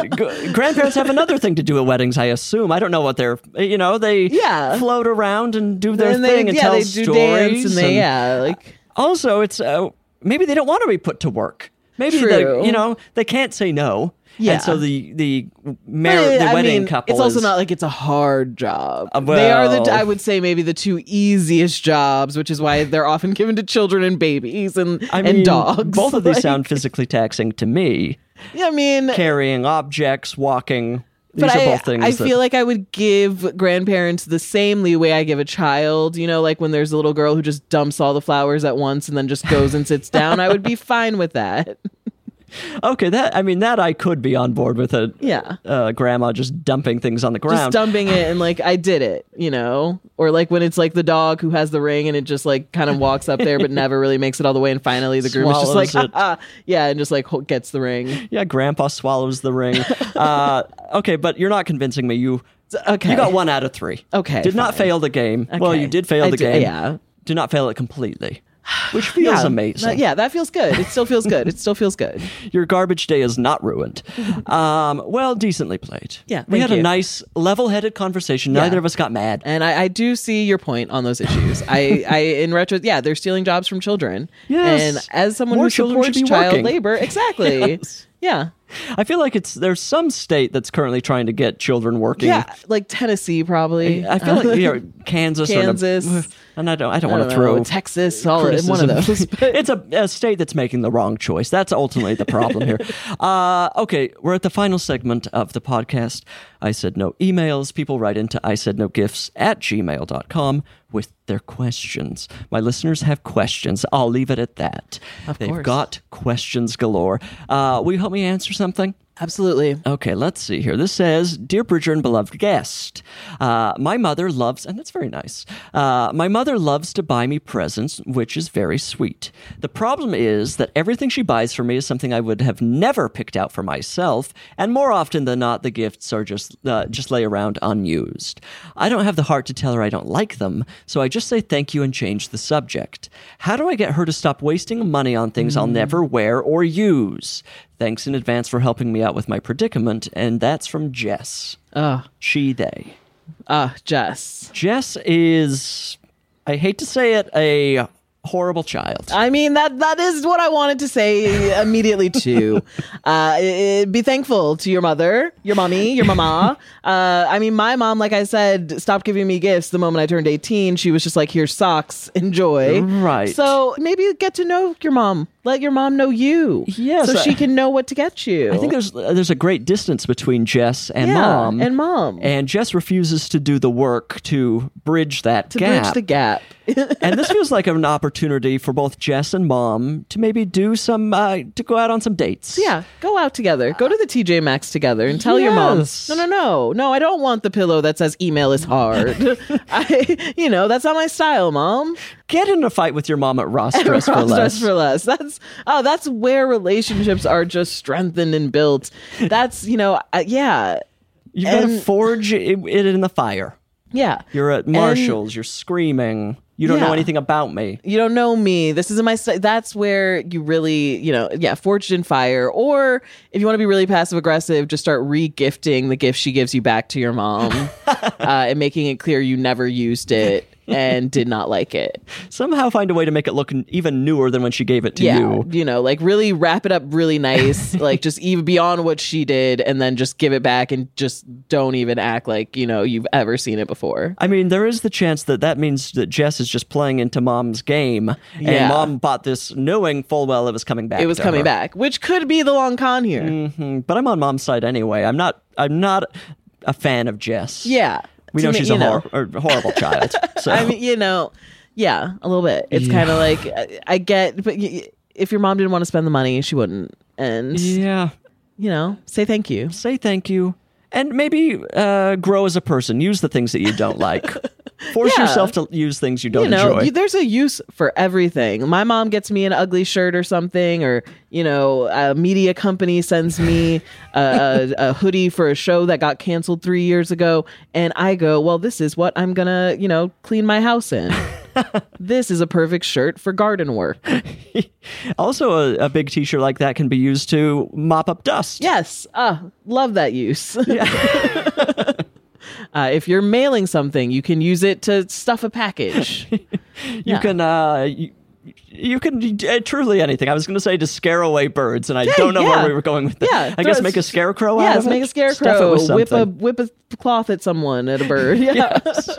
[SPEAKER 2] G- Grandparents have another thing to do at weddings, I assume. I don't know what they're, you know, they
[SPEAKER 3] Yeah.
[SPEAKER 2] float around and do their
[SPEAKER 3] and
[SPEAKER 2] thing
[SPEAKER 3] they,
[SPEAKER 2] and
[SPEAKER 3] yeah,
[SPEAKER 2] tell
[SPEAKER 3] they do
[SPEAKER 2] stories.
[SPEAKER 3] dance and they,
[SPEAKER 2] and-
[SPEAKER 3] yeah, like
[SPEAKER 2] Also, it's uh, maybe they don't want to be put to work. Maybe
[SPEAKER 3] True.
[SPEAKER 2] they, you know, they can't say no.
[SPEAKER 3] Yeah.
[SPEAKER 2] And so the the marriage,
[SPEAKER 3] But,
[SPEAKER 2] the
[SPEAKER 3] I
[SPEAKER 2] wedding
[SPEAKER 3] mean,
[SPEAKER 2] couple.
[SPEAKER 3] It's also
[SPEAKER 2] is-
[SPEAKER 3] not like it's a hard job.
[SPEAKER 2] Uh,
[SPEAKER 3] they are the
[SPEAKER 2] well-
[SPEAKER 3] I would say maybe the two easiest jobs, which is why they're often given to children and babies and
[SPEAKER 2] I mean,
[SPEAKER 3] and dogs.
[SPEAKER 2] Both of these
[SPEAKER 3] Like,
[SPEAKER 2] sound physically taxing to me.
[SPEAKER 3] Yeah, I mean,
[SPEAKER 2] Carrying objects, walking. These
[SPEAKER 3] but
[SPEAKER 2] are
[SPEAKER 3] I,
[SPEAKER 2] both things.
[SPEAKER 3] I
[SPEAKER 2] that-
[SPEAKER 3] feel like I would give grandparents the same leeway I give a child. You know, like when there's a little girl who just dumps all the flowers at once and then just goes and sits down. I would be fine with that.
[SPEAKER 2] Okay, that I mean that I could be on board with a
[SPEAKER 3] Yeah.
[SPEAKER 2] uh, grandma just dumping things on the
[SPEAKER 3] Just
[SPEAKER 2] ground.
[SPEAKER 3] dumping it and like I did it, you know, or like when it's like the dog who has the ring and it just like kind of walks up there but never really makes it all the way, and finally the groom is
[SPEAKER 2] Swallows
[SPEAKER 3] just like,
[SPEAKER 2] it.
[SPEAKER 3] "Ah, ah," yeah, and just like ho- gets the ring.
[SPEAKER 2] yeah, grandpa swallows the ring. uh, okay, but you're not convincing me. You
[SPEAKER 3] uh, Okay,
[SPEAKER 2] you got one out of three.
[SPEAKER 3] Okay,
[SPEAKER 2] did not
[SPEAKER 3] fine.
[SPEAKER 2] fail the game. Well,
[SPEAKER 3] Okay.
[SPEAKER 2] you did fail
[SPEAKER 3] I
[SPEAKER 2] the
[SPEAKER 3] did-
[SPEAKER 2] game.
[SPEAKER 3] yeah.
[SPEAKER 2] did not fail it completely, which feels amazing.
[SPEAKER 3] That- yeah, that feels good. It still feels good. It still feels good.
[SPEAKER 2] Your garbage day is not ruined. Um, well, decently played.
[SPEAKER 3] Yeah,
[SPEAKER 2] we
[SPEAKER 3] thank
[SPEAKER 2] had a
[SPEAKER 3] you.
[SPEAKER 2] nice, level-headed conversation. Neither of us got mad.
[SPEAKER 3] And I, I do see your point on those issues. I, I, in retro, yeah, they're stealing jobs from children.
[SPEAKER 2] Yes.
[SPEAKER 3] And as someone
[SPEAKER 2] More
[SPEAKER 3] who
[SPEAKER 2] children should
[SPEAKER 3] supports
[SPEAKER 2] be
[SPEAKER 3] child
[SPEAKER 2] working.
[SPEAKER 3] labor, exactly.
[SPEAKER 2] Yes.
[SPEAKER 3] Yeah.
[SPEAKER 2] I feel like it's there's some state that's currently trying to get children working.
[SPEAKER 3] Yeah. Like Tennessee, probably.
[SPEAKER 2] I feel like you know, Kansas, or
[SPEAKER 3] Kansas.
[SPEAKER 2] and I don't, I don't
[SPEAKER 3] I
[SPEAKER 2] want
[SPEAKER 3] don't
[SPEAKER 2] to
[SPEAKER 3] know,
[SPEAKER 2] throw
[SPEAKER 3] Texas, all in one of
[SPEAKER 2] criticism.
[SPEAKER 3] those. But
[SPEAKER 2] it's a, a state that's making the wrong choice. That's ultimately the problem here. Uh, okay, we're at the final segment of the podcast. I said no emails. People write into I said no gifts at gmail.com with their questions. My listeners have questions. I'll leave it at that. They've
[SPEAKER 3] course.
[SPEAKER 2] got questions galore. Uh, will you help me answer something?
[SPEAKER 3] absolutely.
[SPEAKER 2] Okay, let's see here. This says, "Dear Bridger and beloved guest, uh, my mother loves, and that's very nice. Uh, my mother loves to buy me presents, which is very sweet. The problem is that everything she buys for me is something I would have never picked out for myself, and more often than not, the gifts are just uh, just lay around unused. I don't have the heart to tell her I don't like them, so I just say thank you and change the subject. How do I get her to stop wasting money on things I'll never wear or use?" Thanks
[SPEAKER 3] Ah.
[SPEAKER 2] in advance for helping me out with my predicament. And that's from Jess.
[SPEAKER 3] Ugh.
[SPEAKER 2] She, they.
[SPEAKER 3] Ah, Jess.
[SPEAKER 2] Jess is, I hate to say it, a horrible child.
[SPEAKER 3] I mean that that is what I wanted to say immediately too. uh, i- i- be thankful to your mother, your mommy, your mama. Uh, I mean, my mom, like I said, stopped giving me gifts the moment I turned eighteen. She was just like, "Here's socks, enjoy."
[SPEAKER 2] Right.
[SPEAKER 3] So maybe get to know your mom. Let your mom know you.
[SPEAKER 2] Yes,
[SPEAKER 3] So
[SPEAKER 2] I-
[SPEAKER 3] she can know what to get you.
[SPEAKER 2] I think there's uh, there's a great distance between Jess and
[SPEAKER 3] yeah,
[SPEAKER 2] mom,
[SPEAKER 3] and mom
[SPEAKER 2] and Jess refuses to do the work to bridge that
[SPEAKER 3] to
[SPEAKER 2] gap.
[SPEAKER 3] bridge the gap.
[SPEAKER 2] and this feels like an opportunity for both Jess and mom to maybe do some uh, to go out on some dates.
[SPEAKER 3] Yeah, go out together. Go to the TJ Maxx together and tell your mom.
[SPEAKER 2] Yes.
[SPEAKER 3] No, no, no, no. I don't want the pillow that says email is hard. I, you know, that's not my style, mom.
[SPEAKER 2] Get in a fight with your mom at Ross Dress for
[SPEAKER 3] Ross
[SPEAKER 2] Less.
[SPEAKER 3] Dress for less. That's oh, that's where relationships are just strengthened and built. That's you know, uh, yeah,
[SPEAKER 2] You've got to
[SPEAKER 3] and-
[SPEAKER 2] forge it, it in the fire.
[SPEAKER 3] yeah.
[SPEAKER 2] You're at
[SPEAKER 3] And-
[SPEAKER 2] Marshall's. you're screaming. You don't know
[SPEAKER 3] Yeah.
[SPEAKER 2] anything about me.
[SPEAKER 3] you don't know me. This isn't my st-. That's where you really, you know, yeah, forged in fire. Or if you want to be really passive aggressive, just start re gifting the gift she gives you back to your mom uh, and making it clear you never used it and did not like it.
[SPEAKER 2] Somehow find a way to make it look n- even newer than when she gave it to
[SPEAKER 3] Yeah. You.
[SPEAKER 2] you.
[SPEAKER 3] know, like really wrap it up really nice, like just even beyond what she did and then just give it back and just don't even act like, you know, you've ever seen it before.
[SPEAKER 2] I mean, there is the chance that that means that Jess is just playing into mom's game, and
[SPEAKER 3] Yeah.
[SPEAKER 2] mom bought this knowing full well it was coming back.
[SPEAKER 3] It was
[SPEAKER 2] to
[SPEAKER 3] coming
[SPEAKER 2] her.
[SPEAKER 3] back, which could be the long con here.
[SPEAKER 2] Mm, But I'm on mom's side anyway. I'm not. I'm not a fan of Jess.
[SPEAKER 3] Yeah.
[SPEAKER 2] we
[SPEAKER 3] To
[SPEAKER 2] know
[SPEAKER 3] me-
[SPEAKER 2] she's
[SPEAKER 3] you
[SPEAKER 2] a hor- or horrible child. So
[SPEAKER 3] I mean, you know, yeah, a little bit. It's kind of like I, I get, but y- y- if your mom didn't want to spend the money, she wouldn't. And
[SPEAKER 2] yeah.
[SPEAKER 3] you know, say thank you.
[SPEAKER 2] Say thank you, and maybe uh, grow as a person. Use the things that you don't like. Force
[SPEAKER 3] Yeah.
[SPEAKER 2] yourself to use things you don't
[SPEAKER 3] You know,
[SPEAKER 2] enjoy.
[SPEAKER 3] you, there's a use for everything. My mom gets me an ugly shirt or something, or you know, a media company sends me a, a, a hoodie for a show that got canceled three years ago, and I go, "Well, this is what I'm gonna, you know, clean my house in." this is a perfect shirt for garden work.
[SPEAKER 2] also, a, a big T-shirt like that can be used to mop up dust.
[SPEAKER 3] Yes. Uh, love that use. uh, if you're mailing something, you can use it to stuff a package.
[SPEAKER 2] You can. Uh, you, you can d- uh, truly anything. I was going to say to scare away birds, and I don't know
[SPEAKER 3] yeah.
[SPEAKER 2] where we were going with that.
[SPEAKER 3] Yeah,
[SPEAKER 2] I guess
[SPEAKER 3] throw-
[SPEAKER 2] make a scarecrow out
[SPEAKER 3] yes,
[SPEAKER 2] of it.
[SPEAKER 3] make a
[SPEAKER 2] Stuff it
[SPEAKER 3] scarecrow.
[SPEAKER 2] with
[SPEAKER 3] Whip a
[SPEAKER 2] something.
[SPEAKER 3] whip a cloth at someone at a bird. Yeah.
[SPEAKER 2] Yes.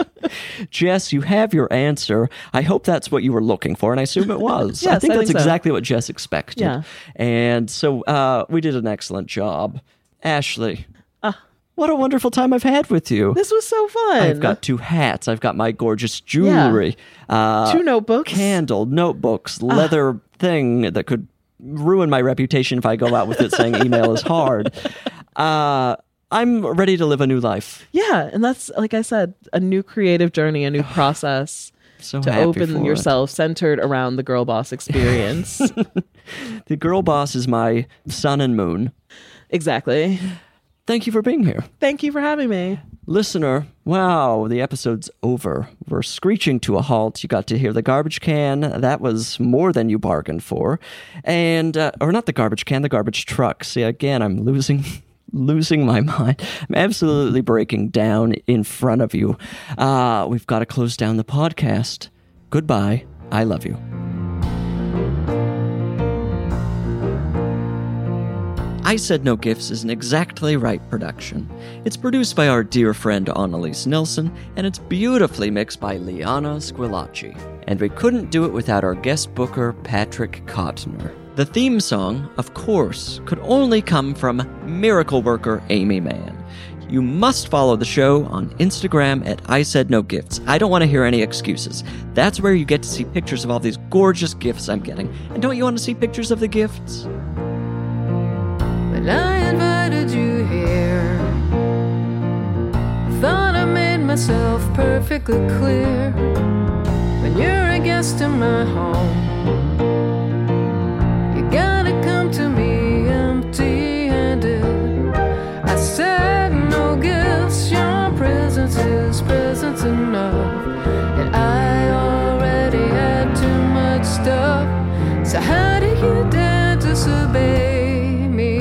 [SPEAKER 2] Jess, you have your answer. I hope that's what you were looking for, and I assume it was. I
[SPEAKER 3] Yes,
[SPEAKER 2] think
[SPEAKER 3] I
[SPEAKER 2] that's
[SPEAKER 3] think so.
[SPEAKER 2] exactly what Jess expected.
[SPEAKER 3] Yeah.
[SPEAKER 2] And so uh, we did an excellent job. Ashley,
[SPEAKER 3] Ah.
[SPEAKER 2] what a wonderful time I've had with you.
[SPEAKER 3] This was so fun.
[SPEAKER 2] I've got two hats. I've got my gorgeous jewelry. Uh,
[SPEAKER 3] two notebooks.
[SPEAKER 2] Candle, notebooks, leather thing that could ruin my reputation if I go out with it saying email is hard. Uh, I'm ready to live a new life.
[SPEAKER 3] yeah, and that's like I said, a new creative journey, a new process.
[SPEAKER 2] So
[SPEAKER 3] To
[SPEAKER 2] happy
[SPEAKER 3] open
[SPEAKER 2] for it.
[SPEAKER 3] yourself centered around the girl boss experience.
[SPEAKER 2] The girl boss is my sun and moon.
[SPEAKER 3] exactly.
[SPEAKER 2] Thank you for being here.
[SPEAKER 3] Thank you for having me.
[SPEAKER 2] Listener, wow, the episode's over. We're screeching to a halt. You got to hear the garbage can. That was more than you bargained for. And, uh, or not the garbage can, the garbage truck. See, again, I'm losing. Losing my mind. I'm absolutely breaking down in front of you. Uh, we've got to close down the podcast. Goodbye. I love you. I Said No Gifts is an exactly right production. It's produced by our dear friend Annalise Nilsson, and it's beautifully mixed by Liana Squilacci. And we couldn't do it without our guest booker, Patrick Kottner. The theme song, of course, could only come from miracle worker Amy Mann. You must follow the show on Instagram at I Said No Gifts. I don't want to hear any excuses. That's where you get to see pictures of all these gorgeous gifts I'm getting. And don't you want to see pictures of the gifts?
[SPEAKER 1] When I invited you here, I thought I made myself perfectly clear. When you're a guest in my home, you gotta come to me empty handed. I said no gifts, your presence is presence enough. And I already had too much stuff. So how do you dare disobey me?